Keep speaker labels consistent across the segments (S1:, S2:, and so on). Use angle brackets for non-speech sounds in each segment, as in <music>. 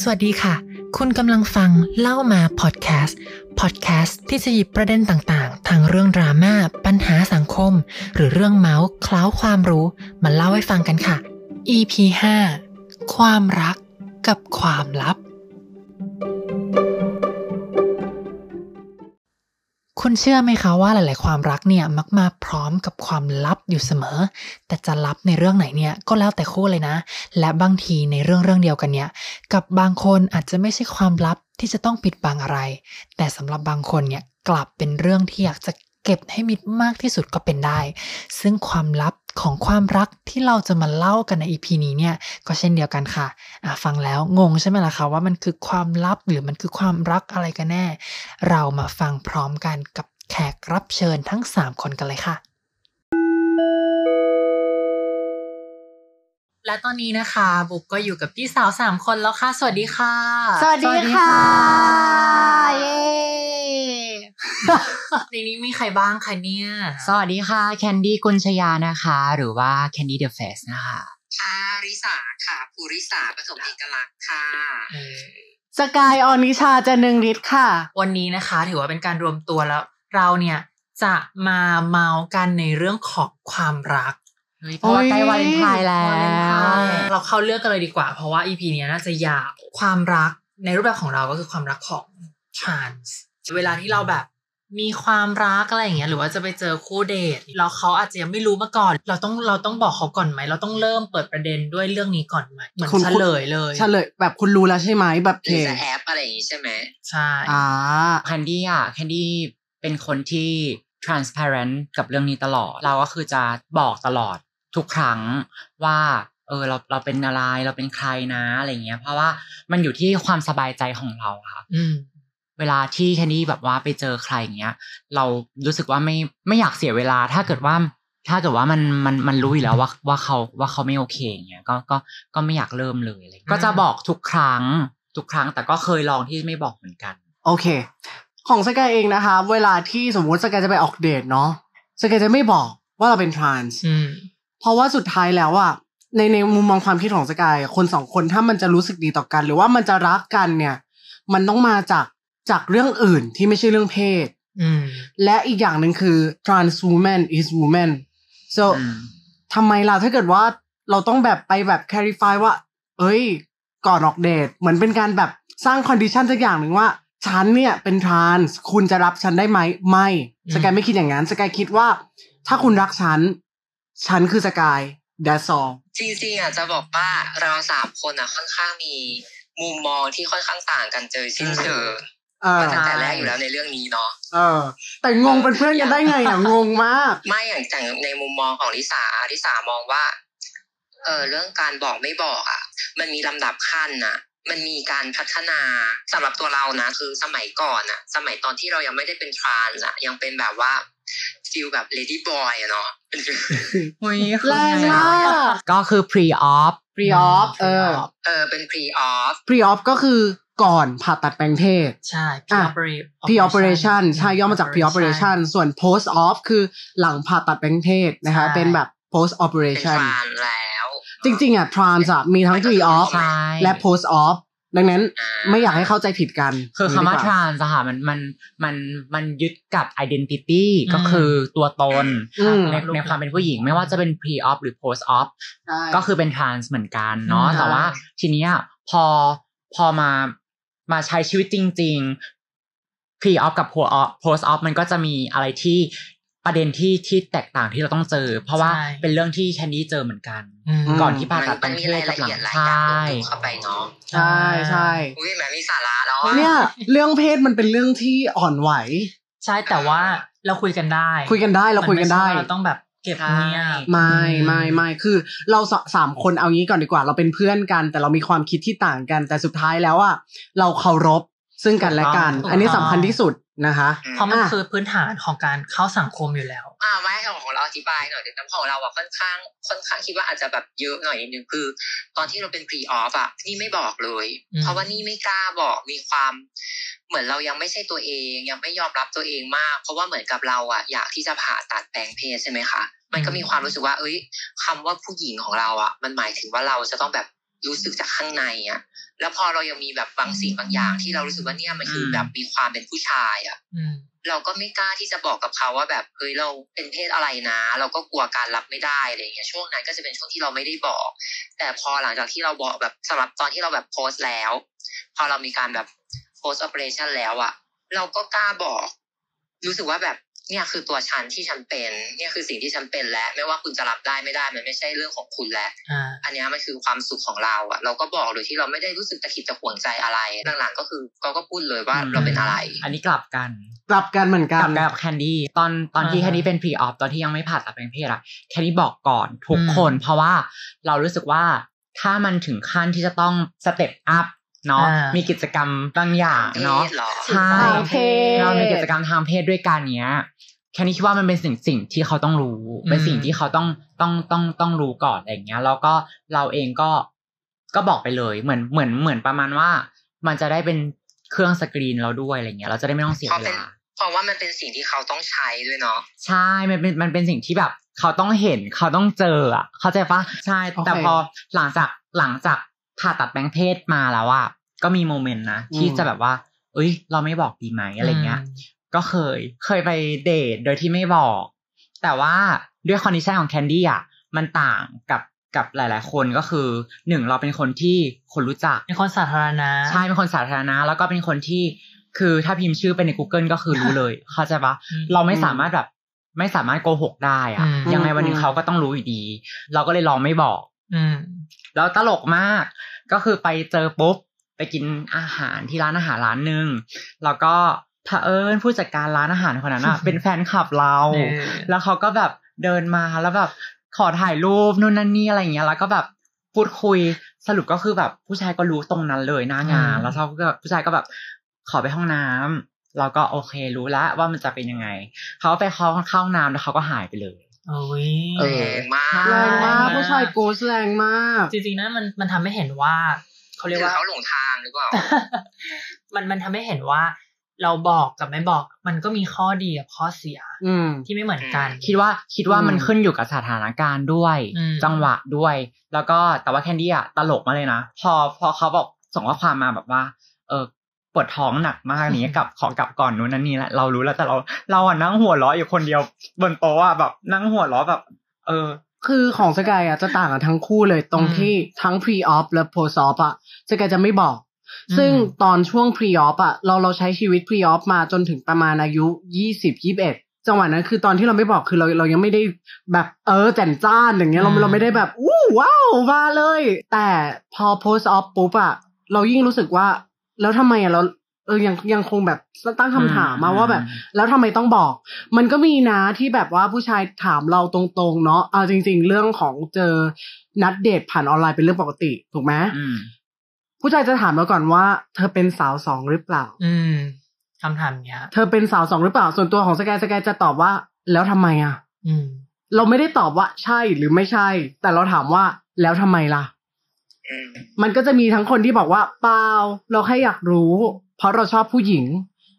S1: สวัสดีค่ะ คุณกำลังฟังเล่ามาพอดแคสต์ พอดแคสต์ที่จะหยิบประเด็นต่างๆ ทางเรื่องดราม่า ปัญหาสังคม หรือเรื่องเมาส์คล้าวความรู้มาเล่าให้ฟังกันค่ะ EP 5ความรักกับความลับ คุณเชื่อไหมคะว่าหลาย ๆ ความรักเนี่ยมักมาพร้อมกับความลับอยู่เสมอ แต่จะลับในเรื่องไหนเนี่ยก็แล้วแต่คู่เลยนะ และบางทีในเรื่องเรื่องเดียวกันเนี่ย กับบางคนอาจจะไม่ใช่ความลับที่จะต้องปิดบังอะไร แต่สำหรับบางคนเนี่ยกลับเป็นเรื่องที่อยากจะเก็บให้มิดมากที่สุดก็เป็นได้ ซึ่งความลับของความรักที่เราจะมาเล่ากันใน EP นี้เนี่ยก็เช่นเดียวกันค่ะอ่ะ ฟังแล้วงงใช่ไหมล่ะคะว่ามันคือความลับหรือมันคือความรักอะไรกันแน่ เรามาฟังพร้อมกันกับแขกรับเชิญทั้ง 3 คนกันเลยค่ะ และตอนนี้นะคะบุกก็อยู่กับพี่สาว 3 คนแล้วค่ะ สวัสดีค่ะ
S2: สวัสดีค่ะ เย้
S1: <laughs> ในนี้มีใครบ้างคะเนี่ย
S2: สวัสดีค่ะ แคนดี้กุลชยานะคะ หรือว่าแคนดี้เดอะเฟสนะคะ
S3: ค่ะริสาค่ะภูริสาผสมเอกลักษณ์ค่ะ
S2: สกายออนิชาจะนึงฤทธิ์ค่ะ
S1: วันนี้นะคะถือว่าเป็นการรวมตัวแล้ว เราเนี่ยจะมาเมากันในเรื่องของความรัก
S2: เพราะว่าใกล้วาเลนไทน์แล้ว
S1: เราเข้าเรื่องกันเลยดีกว่า เพราะว่า EP เนี้ยน่าจะยาวความรักในรูปแบบของเราก็คือความรักของ trans เวลาที่เราแบบมีความรักอะไรอย่างเงี้ยหรือว่าจะไปเจอคู่เดทแล้วเขาอาจจะยังไม่รู้มาก่อน เราต้องเราต้องบอกเขาก่อนไหมเราต้องเริ่มเปิดประเด็นด้วยเรื่องนี้ก่อนไหมเหมือน
S4: คุณ
S1: เฉ
S4: คุณ
S1: ลยเลย
S4: เฉลยแบบคุณรู้แล้วใช่ไหมแบบ
S3: ห
S4: เค
S3: รือจะแอปอะไรอย่างนี้ใช่ไหม
S1: ใช่
S4: อ่า
S2: แคนดี้อ่ะ แคนดี้เป็นคนที่ transparent กับเรื่องนี้ตลอด เราก็คือจะบอกตลอดทุกครั้งว่า เออเราเราเป็นอะไรเราเป็นใครนะอะไรเงี้ย เพราะว่ามันอยู่ที่ความสบายใจของเราค่ะ
S1: อืม
S2: เวลาที่แคนดี้แบบว่าไปเจอใครอย่างเงี้ย เรารู้สึกว่าไม่ไม่อยากเสียเวลา ถ้าเกิดว่า ถ้าเกิดว่ามันมันมันรู้อยู่แล้วว่าว่าเขาว่าเขาไม่โอเคอย่างเงี้ยก็ก็ก็ไม่อยากเริ่มเลยอะไรเงี้ยก็จะบอกทุกครั้งทุกครั้งแต่ก็เคยลองที่ไม่บอกเหมือนกัน
S4: โอเค ของสกายเองนะคะ เวลาที่สมมติสกายจะไปออกเดทเนาะสกายจะไม่บอกว่าเราเป็นทรานส์
S1: อืม
S4: เพราะว่าสุดท้ายแล้วอะในในมุมมองความคิดของสกายคนสองคนถ้ามันจะรู้สึกดีต่อกัน หรือว่ามันจะรักกันเนี่ย มันต้องมาจากจากเรื่องอื่นที่ไม่ใช่เรื่องเพศ
S1: อืม
S4: และอีกอย่างหนึ่งคือ trans woman is woman so
S2: อืม
S4: ทำไมล่ะถ้าเกิดว่าเราต้องแบบไปแบบ clarify ว่า เอ้ย ก่อนออกเดท เหมือนเป็นการแบบสร้าง condition สักอย่างหนึ่งว่า ฉันเนี่ยเป็น trans คุณจะรับฉันได้ไหม ไม่
S1: อืม
S4: สกายไม่คิดอย่างนั้น สกายคิดว่า ถ้าคุณรักฉัน ฉันคือสกาย that's all
S3: จริงๆอ่ะจะบอกว่าเราสามคนอ่ะค่อนข้างมีมุมมองที่ค่อนข้างต่างกันเจอชิ้นเชิง
S4: เออ
S3: มาตั้งแต่แรกอยู่แล้วในเรื่องนี้เนาะ
S4: เออ แต่งงเป็นเพื่อนกันได้ไงอ่ะ งงมาก
S3: ไม่อย่างจากในมุมมองของลิสาลิสามองว่าเออเรื่องการบอกไม่บอกอ่ะ มันมีลำดับขั้นน่ะ มันมีการพัฒนาสำหรับตัวเรานะ คือสมัยก่อนอ่ะ สมัยตอนที่เรายังไม่ได้เป็นทรานส์อ่ะยังเป็นแบบว่าฟิลแบบเลดี้บอยอะเนาะเป็นฟิล
S4: แรงมาก
S2: ก็คือ pre op
S4: pre op เออ
S3: เออเป็น pre off
S4: pre op ก็คือก่อนผ่าตัดแปลงเพศ
S1: ใช่
S4: อ่ะ
S1: pre-operate-
S4: pre-operation ใช่ย่อมาจาก
S1: Pre-operation
S4: pre-operation ส่วน post off คือหลังผ่าตัดแปลงเพศนะคะ
S1: ใช่
S4: เป็นแบบ post
S3: เป็น
S4: operation
S3: ฟานแล้ว
S4: จริง ๆ อ่ะ trans อ่ะ มีทั้ง pre off
S2: ใช่
S4: และ post off ดังนั้น
S3: อ่
S4: ไม่อยากให้เข้าใจผิดกัน
S2: คือคำว่า
S4: ดีก
S2: trans อะค่ะมันมันมันมันยึดกับ identity ก็คือตัวตน
S4: อืม
S2: ในในความเป็นผู้หญิง ไม่ว่าจะเป็น pre op หรือ post op
S4: ใช่
S2: ก็คือเป็นทรานส์เหมือนกันเนาะ
S1: อืม
S2: แต่ว่าทีเนี้ยพอพอมามาใช้ชีวิตจริง ๆ pre off กับ post off post off มันก็จะมีอะไรที่ประเด็นที่ที่แตกต่างที่เราต้องเจอ เพราะว่า
S1: ใช่
S2: เป็นเรื่องที่แคนดี้เจอเหมือนกัน
S1: อืม
S2: ก่อนที่ผ่าตัด
S3: มั
S2: เป็น น
S3: มี
S2: เพศ
S3: ราย
S2: กั
S3: ละ
S2: บหลั
S3: เอียด
S2: ง
S3: หลาย
S2: ใช่
S3: อย่างลงเข้าไปเนาะ
S4: ใช่ใช่
S3: อุ้ยแหมมีสาระแล้ว
S1: า
S3: อะ
S4: เนี่ยเรื่องเพศมันเป็นเรื่องที่อ่อนไหว
S1: ใช่แต่ว่าเราคุยกันได้
S4: คุยกันได้เราคุยกันได้
S1: มัม่ใช่ว่าเราต้องแบบเก็บเงียบ
S4: ไม่ไม่ไม่คือเราสสามคนเอางี้ก่อนดีกว่า เราเป็นเพื่อนกัน แต่เรามีความคิดที่ต่างกัน แต่สุดท้ายแล้วอ่ะเราเคารพซึ่งกันและกัน
S1: ถูกต้อง
S4: อันนี้สำคัญที่สุดนะคะ
S3: อืม
S1: เพราะมัน
S4: อ่ะ
S1: คือพื้นฐานของการเข้าสังคมอยู่แล้ว
S3: อ่าไว้ให้ของเราอธิบายหน่อยเดี๋ยวน้ำของเราอะค่อนข้างค่อนข้างคิดว่าอาจจะแบบเยอะหน่อยนิดนึงคือ ตอนที่เราเป็น pre off อะนี่ไม่บอกเลย
S1: อืม
S3: เพราะว่านี่ไม่กล้าบอกมีความ เหมือนเรายังไม่ใช่ตัวเอง ยังไม่ยอมรับตัวเองมาก เพราะว่าเหมือนกับเราอะอยากที่จะผ่าตัดแปลงเพศใช่ไหมคะมันก็มีความรู้สึกว่า เอ้ยคำว่าผู้หญิงของเราอะมันหมายถึงว่าเราจะต้องแบบ รู้สึกจากข้างในอะแล้วพอเรายังมีแบบบางสิ่งบางอย่าง ที่เรารู้สึกว่าเนี่ยมันคืออ
S2: ม
S3: แบบมีความเป็นผู้ชายอะ
S5: อืม
S3: เราก็ไม่กล้าที่จะบอกกับเขาว่าแบบเฮ้ยเราเป็นเพศอะไรนะ เราก็กลัวการรับไม่ได้อะไรอย่างเงี้ยช่วงนั้นก็จะเป็นช่วงที่เราไม่ได้บอก แต่พอหลังจากที่เราบอกแบบสำหรับตอนที่เราแบบโพสต์แล้ว พอเรามีการแบบโพสต์อ p เปอเรชันแล้วอะเราก็กล้าบอก รู้สึกว่าแบบเนี่ยคือตัวฉันที่ฉันเป็น เนี่ยคือสิ่งที่ฉันเป็นและไม่ว่าคุณจะรับได้ไม่ได้มันไม่ใช่เรื่องของคุณแล้ว
S5: อ่า
S3: อันเนี้ยมันคือความสุขของเราอะเราก็บอกโดยที่เราไม่ได้รู้สึกตะขิดตะขวงใจอะไรหลังๆก็คือเขาก็พูดเลยว่าเราเป็นอะไร
S2: อันนี้กลับกัน
S4: กลับกันเหมือนกั
S2: ก
S4: น
S2: ลับกับแคนดี้ตอนตอนที่
S5: อ่า
S2: แคนดี้เป็นพรีออฟตอนที่ยังไม่ผ่าตัดเป็นเพศอะแคนดี้บอกก่อนทุกคน เพราะว่าเรารู้สึกว่าถ้ามันถึงขั้นที่จะต้องสเต็ปอัพเนาะ
S5: อ่ามี
S2: มีกิจกรรมบางอย่างเนาะ
S3: เพศหรอ
S2: ใช่
S1: ทางเพศ
S2: เรามีกิจกรรมทางเพศด้วยกันเนี้ยแค่นี้คิดว่ามันเป็นสิ่งสิ่งที่เขาต้องรู้
S5: อืม
S2: เป็นสิ่งที่เขาต้องต้องต้องต้องรู้ก่อนอะไรอย่างเงี้ย แล้วก็เราเองก็ก็บอกไปเลย เหมือนเหมือนเหมือนประมาณว่า มันจะได้เป็นเครื่องสกรีนเราด้วยอะไรเงี้ย เราจะได้ไม่ต้องเสีย
S3: เพราะ
S2: เว
S3: เป็น
S2: ลา
S3: เพราะว่ามันเป็นสิ่งที่เขาต้องใช้ด้วยเนาะ
S2: ใช่ มันเป็น มันเป็นสิ่งที่แบบ เขาต้องเห็น เขาต้องเจออ่ะ เข้าใจปะใช่
S4: โอเค
S2: แต่พอหลังจาก หลังจากผ่าตัดแปลงเพศมาแล้วอ่ะ ก็มีโมเมนต์นะ ที่จะแบบว่า เอ้ย เราไม่บอกดีไหมอะไรเงี้ย ก็เคย เคยไปเดทโดยที่ไม่บอก แต่ว่าด้วยคอนดิชันของแคนดี้อ่ะ มันต่างกับ กับหลาย ๆ คนก็คือ หนึ่งเราเป็นคนที่คนรู้จัก
S5: เป็นคนสาธารณะ
S2: ใช่เป็นคนสาธารณะแล้วก็เป็นคนที่คือถ้าพิมพ์ชื่อไปใน Google ก็คือรู้เลย เข้าใจปะ
S5: อืม
S2: เราไม่สามารถแบบ ไม่สามารถโกหกได้อะ
S5: อืม
S2: ยังไงวันหนึง
S4: อืม
S2: เขาก็ต้องรู้อยู่ดี เราก็เลยลองไม่บอก
S5: อืม
S2: แล้วตลกมาก ก็คือไปเจอปุ๊บ ไปกินอาหารที่ร้านอาหารร้านหนึ่งแล้วก็เผอิญผู้จัดการร้านอาหารคนนั้นอะ เป็นแฟนคลับเรา
S5: เออ
S2: แล้วเขาก็แบบเดินมาแล้วแบบขอถ่ายรูปนู่นนั่นนี่อะไรอย่างเงี้ย แล้วก็แบบพูดคุยสรุปก็คือแบบผู้ชายก็รู้ตรงนั้นเลยหน้างาน
S5: อืม
S2: แล้วเขาก็ผู้ชายก็แบบขอไปห้องน้ำเราก็โอเครู้แล้วว่ามันจะเป็นยังไง เขาไปเข้าเข้าห้องน้ำแล้วเขาก็หายไปเลย
S5: โอ้ย
S2: เออ
S3: แรงมา
S2: ใช่
S3: ก
S4: แรงมาก
S5: แรงมาก
S4: ผู้ชายโกสแรงมาก
S5: จริงๆนะมันมันทำให้เห็นว่าเขา
S3: ห
S5: เรี
S3: รื
S5: ยก
S3: อ
S5: ว่า <laughs>
S3: เขาหลงทางหรือเปล่า
S5: มันมันทำให้เห็นว่า เราบอกกับไม่บอก มันก็มีข้อดีกับข้อเสีย
S4: อืม
S5: ที่ไม่เหมือนกัน
S2: คิดว่าคิดว่า
S4: อืม
S2: มันขึ้นอยู่กับสถานการณ์ด้วย
S5: อืม
S2: จังหวะด้วย แล้วก็แต่ว่าแคนดี้อะตลกมากเลยนะ พอพอเขาบอกส่งข้อความมาแบบว่า เออปวดท้องหนักมากอะไรอย่างเงี้ยกลับขอกลับก่อนนู้นนั่นนี่แหละเรารู้แล้วแต่เราเราอะนั่งหัวเราะอยู่คนเดียวบนโต๊ะอะแบบนั่งหัวเราะแบบ เออ
S4: คือของสกายอ่ะจะต่างกันทั้งคู่เลยตรง
S5: อืม
S4: ที่ทั้ง pre op และ post op อ่ะสกายจะไม่บอก
S5: อืม
S4: ซึ่งตอนช่วง pre op อ่ะเราเราใช้ชีวิต pre op มาจนถึงประมาณอายุยี่สิบยี่สิบเอ็ดจังหวะนั้นคือตอนที่เราไม่บอกคือเราเรายังไม่ได้แบบเออแจ่มจ้านอย่างเงี้ยเรา
S5: อืม
S4: เราไม่ได้แบบอู้ว้าวมาเลย แต่พอ post op ปุ๊บอ่ะเรายิ่งรู้สึกว่า แล้วทำไมอ่ะเราเออยังยังคงแบบตั้งคำถามมาว่าแบบ แล้วทำไมต้องบอก มันก็มีนะที่แบบว่าผู้ชายถามเราตรงๆ เนาะ เอาจริง ๆ เรื่องของเจอนัดเดทผ่านออนไลน์เป็นเรื่องปกติ ถูกไหม
S2: อืม
S4: ผู้ชายจะถามเราก่อนว่า เธอเป็นสาวสองหรือเปล่า
S5: อืมคำถามเนี้ย
S4: เธอเป็นสาวสองหรือเปล่า ส่วนตัวของสกายสกายจะตอบว่า แล้วทำไมอะ
S5: อืม
S4: เราไม่ได้ตอบว่าใช่หรือไม่ใช่ แต่เราถามว่าแล้วทำไมล่ะ
S3: อืม
S4: มันก็จะมีทั้งคนที่บอกว่าเปล่า เราแค่อยากรู้ เพราะเราชอบผู้หญิง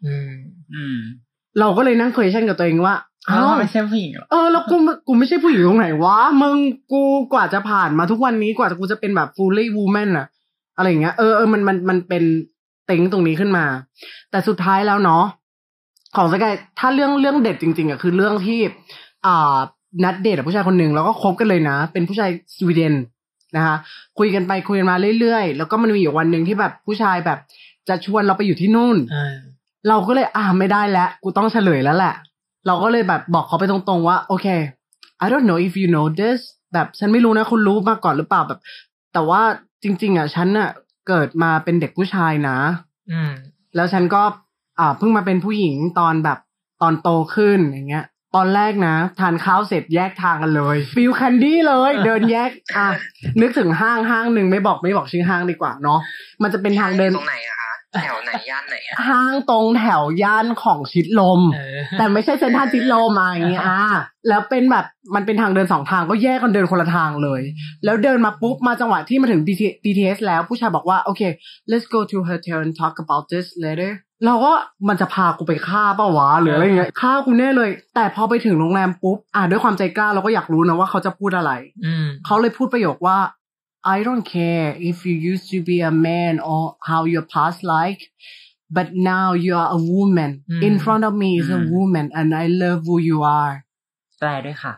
S5: อืม
S2: อืม
S4: เราก็เลยนั่งคุยชั่นกับตัวเองว่า
S2: เรา
S4: อ้าว
S2: ไม่ใช่ผู้หญิงหรอ
S4: เออแล้วกูกูไม่ใช่ผู้หญิงตรงไหนวะมึงกูกว่าจะผ่านมาทุกวันนี้กว่าจะกูจะเป็นแบบ fully woman อะอะไรอย่างเงี้ยเออเออมันมันมันเป็นเต็งตรงนี้ขึ้นมา แต่สุดท้ายแล้วเนาะของสกายถ้าเรื่องเรื่องเด็ดจริง ๆอะคือเรื่องที่ อ่า นัดเดทกับผู้ชายคนหนึ่งแล้วก็คบกันเลยนะ เป็นผู้ชายสวีเดนนะคะ คุยกันไปคุยกันมาเรื่อยๆ แล้วก็มันมีอยู่วันหนึ่งที่แบบผู้ชายแบบจะชวนเราไปอยู่ที่นู่น
S5: เออ
S4: เราก็เลยอ่าไม่ได้แล้ว กูต้องเฉลยแล้วแหละ เราก็เลยแบบบอกเขาไปตรงๆว่า โอเค I don't know if you know this แบบฉันไม่รู้นะคุณรู้มาก่อนหรือเปล่าแบบ แต่ว่าจริง ๆ อ่ะ ฉันอ่ะเกิดมาเป็นเด็กผู้ชายนะ
S5: อืม
S4: แล้วฉันก็อ่าเพิ่งมาเป็นผู้หญิงตอนแบบตอนโตขึ้นอย่างเงี้ย ตอนแรกนะ ทานข้าวเสร็จแยกทางกันเลยฟิลแคนดี้เลย เดินแยกอ่ะนึกถึงห้างห้างหนึ่งไม่บอกไม่บอกชื่อห้างดีกว่าเนาะมันจะเป็นทางเดิน
S3: ตรงไหนอะคะ แถวไหนย่านไหนอะ
S4: ห้างตรงแถวย่านของชิดลม
S5: เออ
S4: แต่ไม่ใช่เซนทรันชิดลมมาอย่างเงี้ยอ่าแล้วเป็นแบบมันเป็นทางเดินสองทางก็แยกกันเดินคนละทางเลย แล้วเดินมาปุ๊บ มาจังหวะที่มาถึง BT- BTS แล้วผู้ชายบอกว่า โอเค let's go to hotel and talk about this later เราก็มันจะพากูไปฆ่าเปล่าวะหรืออะไรเงี้ยฆ่ากูแน่เลย แต่พอไปถึงโรงแรมปุ๊บ อ่าด้วยความใจกล้าเราก็อยากรู้นะว่าเขาจะพูดอะไร
S5: อืม
S4: เขาเลยพูดประโยคว่า I don't care if you used to be a man or how your past like, but now you are a woman. In
S2: Mm.
S4: front of me is a
S2: Mm.
S4: woman and I love who you
S2: <laughs>
S4: are.
S2: แปลด้วยค่ะ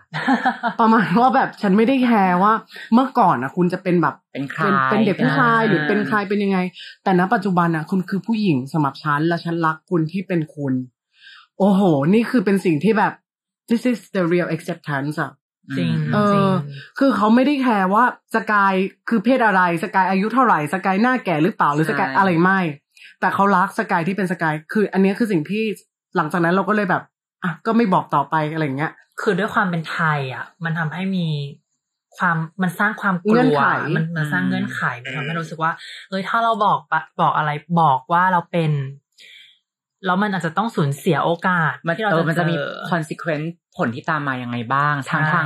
S4: ประมาณว่าแบบฉันไม่ได้แคร์ว่า เมื่อก่อนอ่ะ คุณจะเป็นแบบ
S2: เป็นใคร
S4: เป็นเป็นเด็กผู้ชาย
S2: อ่า
S4: หรือเป็นใครเป็นยังไง แต่ณปัจจุบันอ่ะ คุณคือผู้หญิงสำหรับฉันและฉันรักคุณที่เป็นคุณ โอ้โห นี่คือเป็นสิ่งที่แบบ this is the real acceptance อ่ะ
S5: จริง
S4: เออ
S5: จริง
S4: คือเขาไม่ได้แคร์ว่าสกายคือเพศอะไรสกายอายุเท่าไหร่สกายหน้าแก่หรือเปล่าหรือสกาย
S2: ใช่
S4: อะไรไม่ แต่เขารักสกายที่เป็นสกายคือ อันเนี้ยคือสิ่งที่หลังจากนั้นเราก็เลยแบบอ่ะก็ไม่บอกต่อไปอะไรอย่างเงี้ย
S1: คือด้วยความเป็นไทยอ่ะ มันทำให้มีความมันสร้างความก
S4: เงื่อ
S1: ลั
S4: น
S1: ว
S4: ไข
S1: มันมัน
S2: อืม
S1: สร้างเงื่อนไขมันทำให้รู้สึกว่าเอ้ยถ้าเราบอกปะบอกอะไรบอกว่าเราเป็นแล้วมันอาจจะต้องสูญเสียโอกาส
S2: มัน
S1: ที่
S2: เอ
S1: เรา
S2: อมันจะมี
S1: เจอ
S2: consequence ผลที่ตามมายังไงบ้าง
S1: ใช่
S2: ทั้งทาง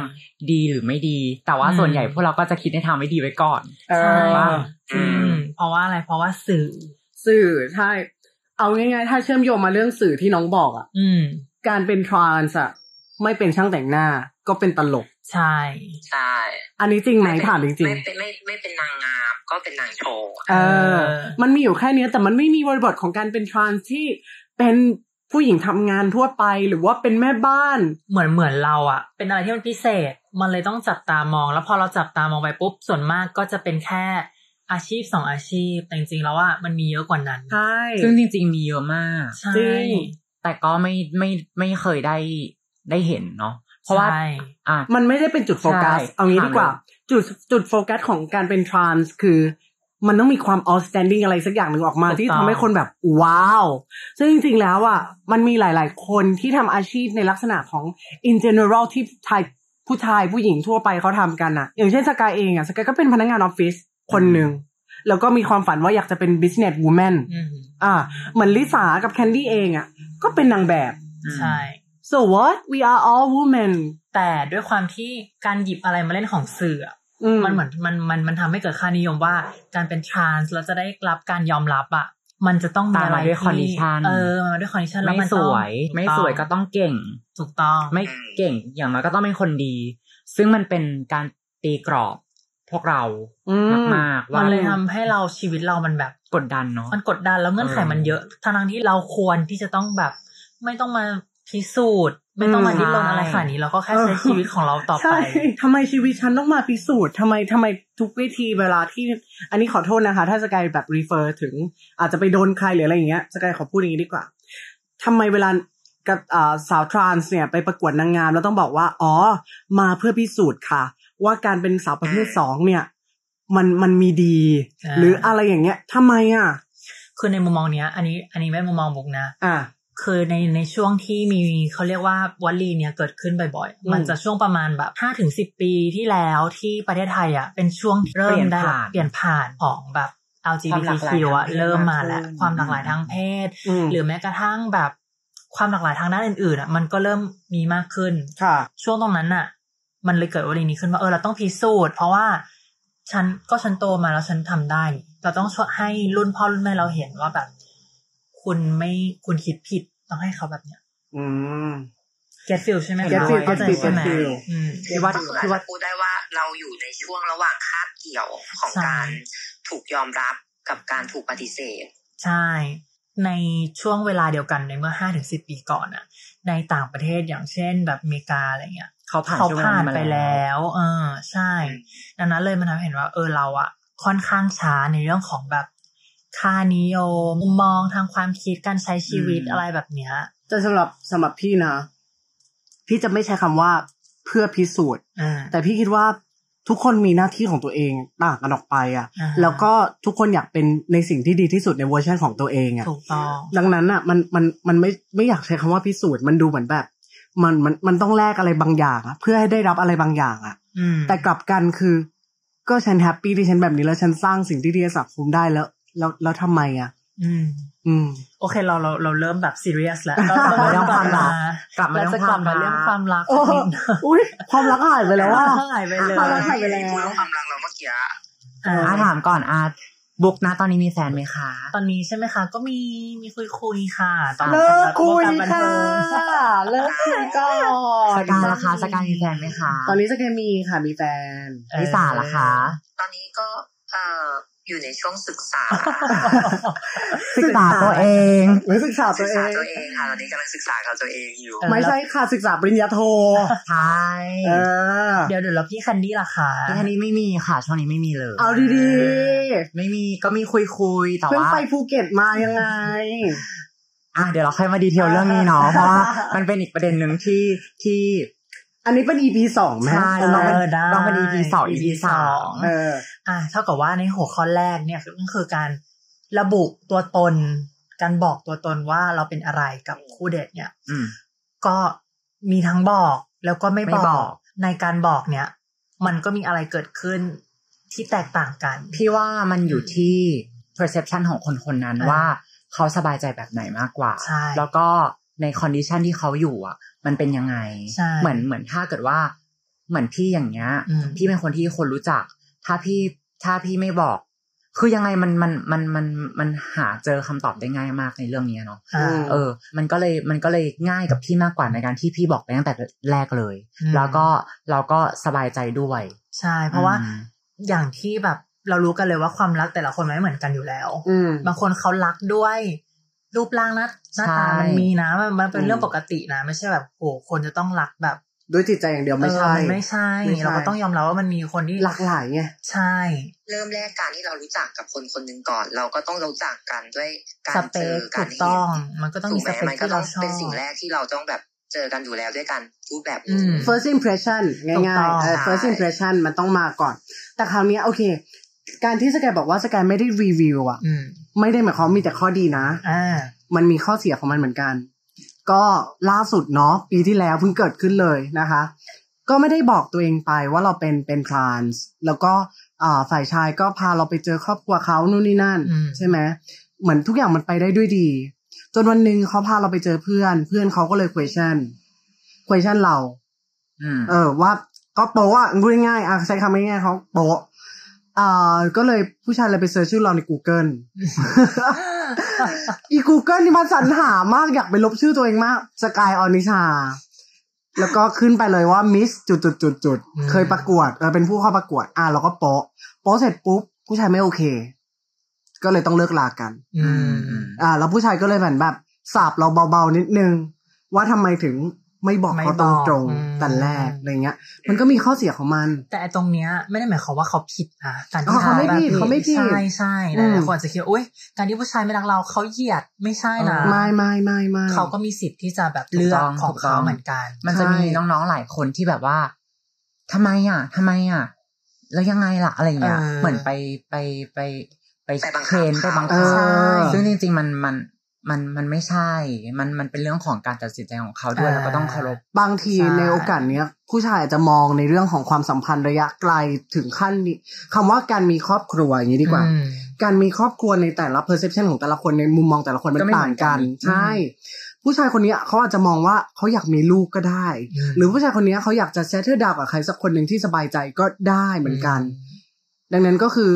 S2: ดีหรือไม่ดี แต่ว่า
S1: อืม
S2: ส่วนใหญ่พวกเราก็จะคิดในทางไม่ดีไว้ก่อน
S4: เออ
S1: ใช่
S2: ว่า
S1: อื
S3: อืม
S1: มเพราะว่าอะไรเพราะว่าสื่อ
S4: สื่อใช่ เอาง่ายๆ ถ้าเชื่อมโยงมาเรื่องสื่อที่น้องบอกอะ่ะ
S1: อืม
S4: การเป็นทรานส์อะไม่เป็นช่างแต่งหน้า ก็เป็นตลก
S1: ใช่
S3: ใช่
S4: อันนี้จริงไหมถามจริง
S3: ไม่เป็นไม่ไม่เป็นนางงาม ก็เป็นนางโชว์
S4: ๆเออ มันมีอยู่แค่เนี้ยแต่มันไม่มีบริบทของการเป็นทรานส์ที่เป็นผู้หญิงทำงานทั่วไปหรือว่าเป็นแม่บ้าน
S1: เหมือนเหมือนเราอะเป็นอะไรที่มันพิเศษ มันเลยต้องจับตามอง แล้วพอเราจับตามองไปปุ๊บส่วนมากก็จะเป็นแค่อาชีพสองอาชีพ แต่จริงๆแล้วว่ามันมีเยอะกว่านั้น
S4: ใช่
S2: ซึ่งจริง ๆ มีเยอะมาก
S1: ใช่
S4: จริง
S2: แต่ก็ไม่ไม่ไม่เคยได้ได้เห็นเนาะเพราะว่า
S1: ใช่
S2: อ่ะ
S4: มันไม่ได้เป็นจุดโฟกัส
S2: ใช่
S4: เอางี้ดีกว่า
S2: ถามเล
S4: จุดจุดโฟกัสของการเป็นทรานส์คือ มันต้องมีความ outstanding อะไรสักอย่างหนึ่งออกมา
S1: ถูกต้อง
S4: ที่ทำให้คนแบบว้าว ซึ่งจริงๆแล้วอ่ะมันมีหลายๆ คนที่ทำอาชีพในลักษณะของ in general ที่ชายผู้ชายผู้หญิงทั่วไปเขาทำกันอ่ะ อย่างเช่นสกายเองอ่ะสกายก็เป็นพนักงานออฟฟิศคนหนึ่ง แล้วก็มีความฝันว่าอยากจะเป็น business woman
S1: อืม
S4: อ่าเหมือนลิสากับแคนดี้เองอ่ะก็เป็นนางแบบ
S2: อืม
S1: ใช่
S4: so what we are all women
S1: แต่ด้วยความที่การหยิบอะไรมาเล่นของสื่ออะ
S4: อืม
S1: มันเหมือนมันมันมันทำให้เกิดค่านิยมว่า การเป็นทรานส์แล้วจะได้รับการยอมรับอะมันจะต้อง
S2: ตามมา
S1: อะไร
S2: ด้วย
S1: ที่
S2: condition
S1: เออมันมาด้วยคอนดิชันแล้ว
S2: ไม่
S1: มัน
S2: ส
S1: ต้อง
S2: วย
S1: ถู
S2: ไม่
S1: ต้อ
S2: ส
S1: ง
S2: วยก็ต้องเก่ง
S1: ถูกต้อง
S2: ไม่เก่งอย่างน้อยก็ต้องเป็นคนดี ซึ่งมันเป็นการตีกรอบพวกเรา
S4: อืม
S2: มากๆ
S1: มั
S2: ว่าน
S1: เลย
S2: ม
S1: ทำให้เราชีวิตเรามันแบบ
S2: กดดันเนาะ
S1: มันกดดันแล้วเงื่อนไข
S2: เออ
S1: มันเยอะทั้งๆที่เราควรที่จะต้องแบบ ไม่ต้องมาพิสูจน์ ไม่ต้องมา
S4: อืม
S1: ดิ้นรน
S2: ใช่
S1: อะไรขนาดนี้เราก็แค่
S4: เออ
S1: ใช้ชีวิตของเราต่อไป
S4: ใช่ทำไมชีวิตฉันต้องมาพิสูจน์ทำไมทำไมทุกวิธีเวลาที่ อันนี้ขอโทษนะคะ ถ้าสกายแบบ refer ถึง อาจจะไปโดนใครหรืออะไรอย่างเงี้ยสกายขอพูดอย่างนี้ดีกว่าทำไมเวลากับอ่าสาวทรานส์เนี่ยไปประกวดนางงามแล้วต้องบอกว่า อ๋อ มาเพื่อพิสูจน์ค่ะ ว่าการเป็นสาวประเภทสองเนี่ย มันมันมีดี
S1: อ่า
S4: หรืออะไรอย่างเงี้ยทำไมอ่ะ
S1: คือในมุมมองเนี้ย อันนี้อันนี้ไม่มุมมองบุกนะ
S4: อ่ะ
S1: คือในในช่วงที่มีเขาเรียกว่าวลีเนี่ยเกิดขึ้นบ่อย
S4: อืม
S1: ๆ มันจะช่วงประมาณแบบห้าถึงสิบปีที่แล้วที่ประเทศไทยอ่ะเป็นช่วงที่เริ่
S2: เปลี่
S1: ม
S2: ยน
S1: ได้
S2: ผ่าน
S1: เปลี่ยนผ่านของแบบ LGBTQ อ่ะ
S2: ความหลากหลายทางเพศ
S1: เริ่มมาแล้ว
S4: มากขึ้
S1: ค
S4: น
S1: วามหลากหลายทางเพศ
S4: อืม
S1: หรือแม้กระทั่งแบบความหลากหลายทางด้านอื่นๆอ่ะมันก็เริ่มมีมากขึ้น
S4: ค่ะ
S1: ช่วงตรงนั้นน่ะ มันเลยเกิดวลีนี้ขึ้นว่าเออเราต้องพิสูจน์เพราะว่า ฉันก็ฉันโตมาแล้วฉันทำได้นี่เราต้องช่วยให้รุ่นพ่อรุ่นแม่เราเห็นว่าแบบ คุณไม่คุณคิดผิดต้องให้เขาแบบเนี้ย
S4: อืม
S1: get feel ใช่ไหมคะ
S4: get feel get
S1: เข้าใจ
S4: feel
S1: ใช่
S4: get
S1: ไหม
S4: feel
S1: อืม
S4: ที่วัด
S3: ก็คืออา
S4: ที่
S3: จ
S4: วัด
S3: จะพูดได้ว่าเราอยู่ในช่วงระหว่างคาบเกี่ยวของ
S1: ใช่
S3: การถูกยอมรับกับการถูกปฏิเสธ
S1: ใช่ ในช่วงเวลาเดียวกันในเมื่อห้าถึงสิบปีก่อนน่ะ ในต่างประเทศอย่างเช่น แบบอเมริกาอะไรเงี้ย
S2: เขาผ่าน
S1: เขา
S2: ช่วง
S1: ผ่าน
S2: มา
S1: ไปแล้ว เออ ใช่ ดังนั้นเลยมันทำให้เห็นว่า เออ เราอะค่อนข้างช้าในเรื่องของแบบ ค่านิยมมุมมองทางความคิดการใช้ชีวิตอะไรแบบเนี้ย
S4: แต่สำหรับสำหรับพี่นะ พี่จะไม่ใช้คำว่าเพื่อพิสูจน์
S1: อ่า
S4: แต่พี่คิดว่าทุกคนมีหน้าที่ของตัวเองต่างกันออกไปอะ่ะ
S1: อ่าฮะ
S4: แล้วก็ทุกคนอยากเป็นในสิ่งที่ดีที่สุดในเวอร์ชันของตัวเองอะ่ะ
S1: ถูกต้อง
S4: ดังนั้นอะ่ะมันมันมันไม่ไม่อยากใช้คำว่าพิสูจน์มันดูเหมือนแบบ มันมันมันต้องแลกอะไรบางอย่างอะเพื่อให้ได้รับอะไรบางอย่างอะ่ะ
S1: อืม
S4: แต่กลับกันคือ ก็ฉันแฮปปี้ที่ฉันแบบนี้แล้วฉันสร้างสิ่งที่ดีให้สังคมได้แล้ว แล้วแล้วทำไมอะ่ะ
S1: อืม
S4: อืม
S1: โอเค เราเราเราเริ่มแบบ serious แล้ว
S4: กลับมาเรื่องความรัก
S2: กลับมา
S1: เราจะ
S2: เรื่อง
S1: ก
S2: ค
S1: ลับ
S2: วาม
S1: มาเรื่องความรักสักนิดนึง
S4: อุ้ยความรักหายไปแล้วว่า
S1: หายไปเลย
S4: ความรักหายไปแล้ว
S3: พูดเรื่องความรักเราเมื่อกี้อะ
S1: อ่า
S2: อาถามก่อนอา บุกนะตอนนี้มีแฟนไหมคะ
S1: ตอนนี้ใช่ไหมคะ ก็มีมีคุยคุยๆค่ะตอน
S4: เลิกคุย
S1: วงการบัน
S4: ค่ะ
S1: เทิง
S4: เลิกคุยก่อน
S2: สกายล่ะคะสกายมีแฟนไหมคะ
S4: ตอนนี้สกายมีค่ะมีแฟน
S2: ลิสาล่ะคะ
S3: ตอนนี้ก็เอ่ออยู่ในช่วงศึกษา
S2: ศึกษาตัวเอง
S4: หรือศึกษาตั
S3: ศึ
S4: ว
S3: ก
S4: เอ
S3: ษาง ตัวเองค่ะตอนนี้กำลังศึกษากับตัวเองอยู่
S4: ไม่ใช่ค่ะศึกษาปริญญาโท
S2: ใช่
S4: เออ
S1: เดี๋ยวเดี๋ยวแล้วพี่แคนดี้ล่ะคะ
S2: ที่ท่านี้ไม่มีค่ะ ช่วงนี้ไม่มีเลย
S4: เอาดี
S2: ๆไม่มีก็มีคุยคุยๆ
S4: ๆ
S2: แต่
S4: เพิ่ง
S2: ว่า
S4: ไปภูเก็ตมายังไง
S2: อ่ะเดี๋ยวเราค่อยมาดีเทลเรื่องนี้เนาะเพราะว่ามันเป็นอีกประเด็นหนึ่งที่ที่
S4: อันนี้เป็น EP สองไหม
S2: ใช่
S4: เอ
S2: ต้องเป็
S4: อน
S2: ต้องเป็น EP สอง EP สอง
S4: เออ
S1: อ่ะเท่ากับว่าในหัวข้อแรกเนี่ยก็คือการระบุตัวตน การบอกตัวตนว่าเราเป็นอะไรกับคู่เดทเนี่ย
S2: อืม
S1: ก็มีทั้งบอกแล้วก็ไม่
S2: ไม่
S1: บอก
S2: บอก
S1: ในการบอกเนี่ย มันก็มีอะไรเกิดขึ้นที่แตกต่างกัน
S2: พี่ว่ามันอยู่ที่ perception ของคนคนนั้น
S1: อ่า
S2: ว่าเขาสบายใจแบบไหนมากกว่า
S1: ใช่
S2: แล้วก็ใน condition ที่เขาอยู่อ่ะ มันเป็นยังไง
S1: ใช่
S2: เหมือนเหมือนถ้าเกิดว่า เหมือนพี่อย่างเงี้ย
S1: อืม
S2: พี่เป็นคนที่คนรู้จัก ถ้าพี่ถ้าพี่ไม่บอก คือยังไงมันมันมันมันมันหาเจอคำตอบได้ง่ายมากในเรื่องเนี้ยเนาะ
S1: อ่า
S2: เออ มันก็เลย มันก็เลยง่ายกับพี่มากกว่าในการที่พี่บอกไปตั้งแต่แรกเลย
S1: อืม
S2: แล้วก็เราก็สบายใจด้วย
S1: ใช่ เพราะว่า
S2: อืม
S1: อย่างที่แบบเรารู้กันเลยว่าความรักแต่ละคนมันไม่เหมือนกันอยู่แล้ว
S4: อืม
S1: บางคนเขารักด้วยรูปร่างหน้าหน้าตา
S2: ใช่
S1: มันมีนะมันมันเป็น
S4: อืม
S1: เรื่องปกตินะ ไม่ใช่แบบโหคนจะต้องรักแบบ
S4: ด้วยจิตใจอย่างเดียวไม่
S1: เออ
S4: ใช่
S1: นไม่ใช่
S4: ไม่ใช่
S1: เราก็ต้องยอมรับว่ามันมีคนที่
S4: หลากหลายไง
S1: ใช่
S3: เริ่มแรกการที่เรารู้จักกับคนคนหนึ่งก่อน เราก็ต้องรู้จักกันด้วยกา
S1: ส
S3: ร
S1: เป
S3: เจอ
S1: ค
S3: กา
S1: ถูก
S3: รเห็น
S1: ต้อง มันก็ต้องมี
S3: ถูก
S1: ส
S3: ไห
S1: เปค
S3: มมันก็
S1: ที่
S3: ต้
S1: เรา
S3: อง
S1: ชอบ
S3: เป็นสิ่งแรกที่เราต้องแบบเจอกันอยู่แล้วด้วยกันรูปแบบ
S1: อื
S3: นี้
S1: ม
S4: first impression ง่
S1: ถูกต้อ
S4: า
S1: ยง
S4: ๆเออ first impression มันต้องมาก่อน แต่คราวเนี้ยโอเค การที่สกายบอกว่าสกายไม่ได้รีวิวอะ
S1: อืม
S4: ไม่ได้หมายความมีแต่ข้อดีนะ
S1: อ่า
S4: มันมีข้อเสียของมันเหมือนกัน ก็ล่าสุดเนาะปีที่แล้วเพิ่งเกิดขึ้นเลยนะคะ ก็ไม่ได้บอกตัวเองไปว่าเราเป็นเป็นทรานส์แล้วก็อ่าฝ่ายชายก็พาเราไปเจอครอบครัวเขานู่นนี่นั่น
S1: อืม
S4: ใช่ไหมเหมือนทุกอย่างมันไปได้ด้วยดี จนวันหนึ่งเขาพาเราไปเจอเพื่อน เพื่อนเขาก็เลย question question เรา
S2: อืม
S4: เออว่าก็โป๊ะอ่ะพูดง่ายๆอ่ะใช้คำง่ายๆเขาโป๊ะอ่าก็เลยผู้ชายเลยไปเซิร์ชชื่อเราใน Google อี Google นี่มันสรรหามากอยากไปลบชื่อตัวเองมากสกายออนิชา แล้วก็ขึ้นไปเลยว่ามิสจุดจุดจุดจุดๆๆๆ
S1: อืม
S4: เคยประกวดเออเป็นผู้เข้าประกวด อ่ะเราก็โป๊ะโป๊ะเสร็จปุ๊บ ผู้ชายไม่โอเค ก็เลยต้องเลิกลากัน
S1: อืม
S4: อ่า แล้วผู้ชายก็เลยเหมือนแบบสาบเราเบาๆนิดนึง ว่าทำไมถึงไม่บอก
S1: ไม่
S4: เขา
S1: บ
S4: ต
S1: อก
S4: รง
S1: อืม
S4: ๆแต่แรกอะไรเงี้ย มันก็มีข้อเสียของมัน
S1: แต่ไอ้ตรงเนี้ยไม่ได้หมายความว่าเขาผิดนะการที่
S4: อ๋อเขาไม่ผิด
S1: แบบนี้
S4: เขาไม่ผิด
S1: ใช่ใช่ห
S4: อืม
S1: ลายๆคนอาจจะคิดว่าอุ้ยการที่ผู้ชายไม่รักเราเขาเหยียดไม่ใช่นะ
S4: ไม่ไม่ไม่ไม่
S1: เขาก็มีสิทธิ์ที่จะแบบเลือก
S2: ถูกต้อง
S1: ของ
S2: ถูกต้
S1: เขา
S2: อง
S1: เหมือนกัน
S2: มันจะมี
S4: ใช่
S2: น้องๆ หลายคนที่แบบว่าทำไมอ่ะทำไมอ่ะ แล้วยังไงล่ะ อะไรอย่างเงี้ย
S1: เออ
S2: เหมือนไปไปไปไป
S3: ไปบังคับ
S2: เทรนไป
S3: เขา
S2: บัง
S4: เอ
S2: คับ
S4: อ
S2: ซึ่งจริงๆ มันมันมันมันไม่ใช่ มันมันเป็นเรื่องของการตัดสินใจของเขาด้วย
S1: อ่า
S2: เราก็ต้องเคารพ
S4: บางที
S1: ใช่
S4: ในโอกาสเนี้ย ผู้ชายอาจจะมองในเรื่องของความสัมพันธ์ระยะไกลถึงขั้นนี้คำว่าการมีครอบครัวอย่างนี้ดีกว่า
S1: อืม
S4: การมีครอบครัวในแต่ละ perception ของแต่ละคนในมุมมองแต่ละคนมัน
S2: ก็ไม่เหมื
S4: ต่า
S2: อง นกั
S4: กัน
S2: น
S4: ใช่ ผู้ชายคนเนี้ยเขาอาจจะมองว่าเขาอยากมีลูกก็ได้
S1: อืม
S4: หรือผู้ชายคนเนี้ยเขาอยากจะเซตเทอร์ดาวกับใครสักคนหนึ่งที่สบายใจก็ได้เหมือนกัน ดังนั้นก็คือ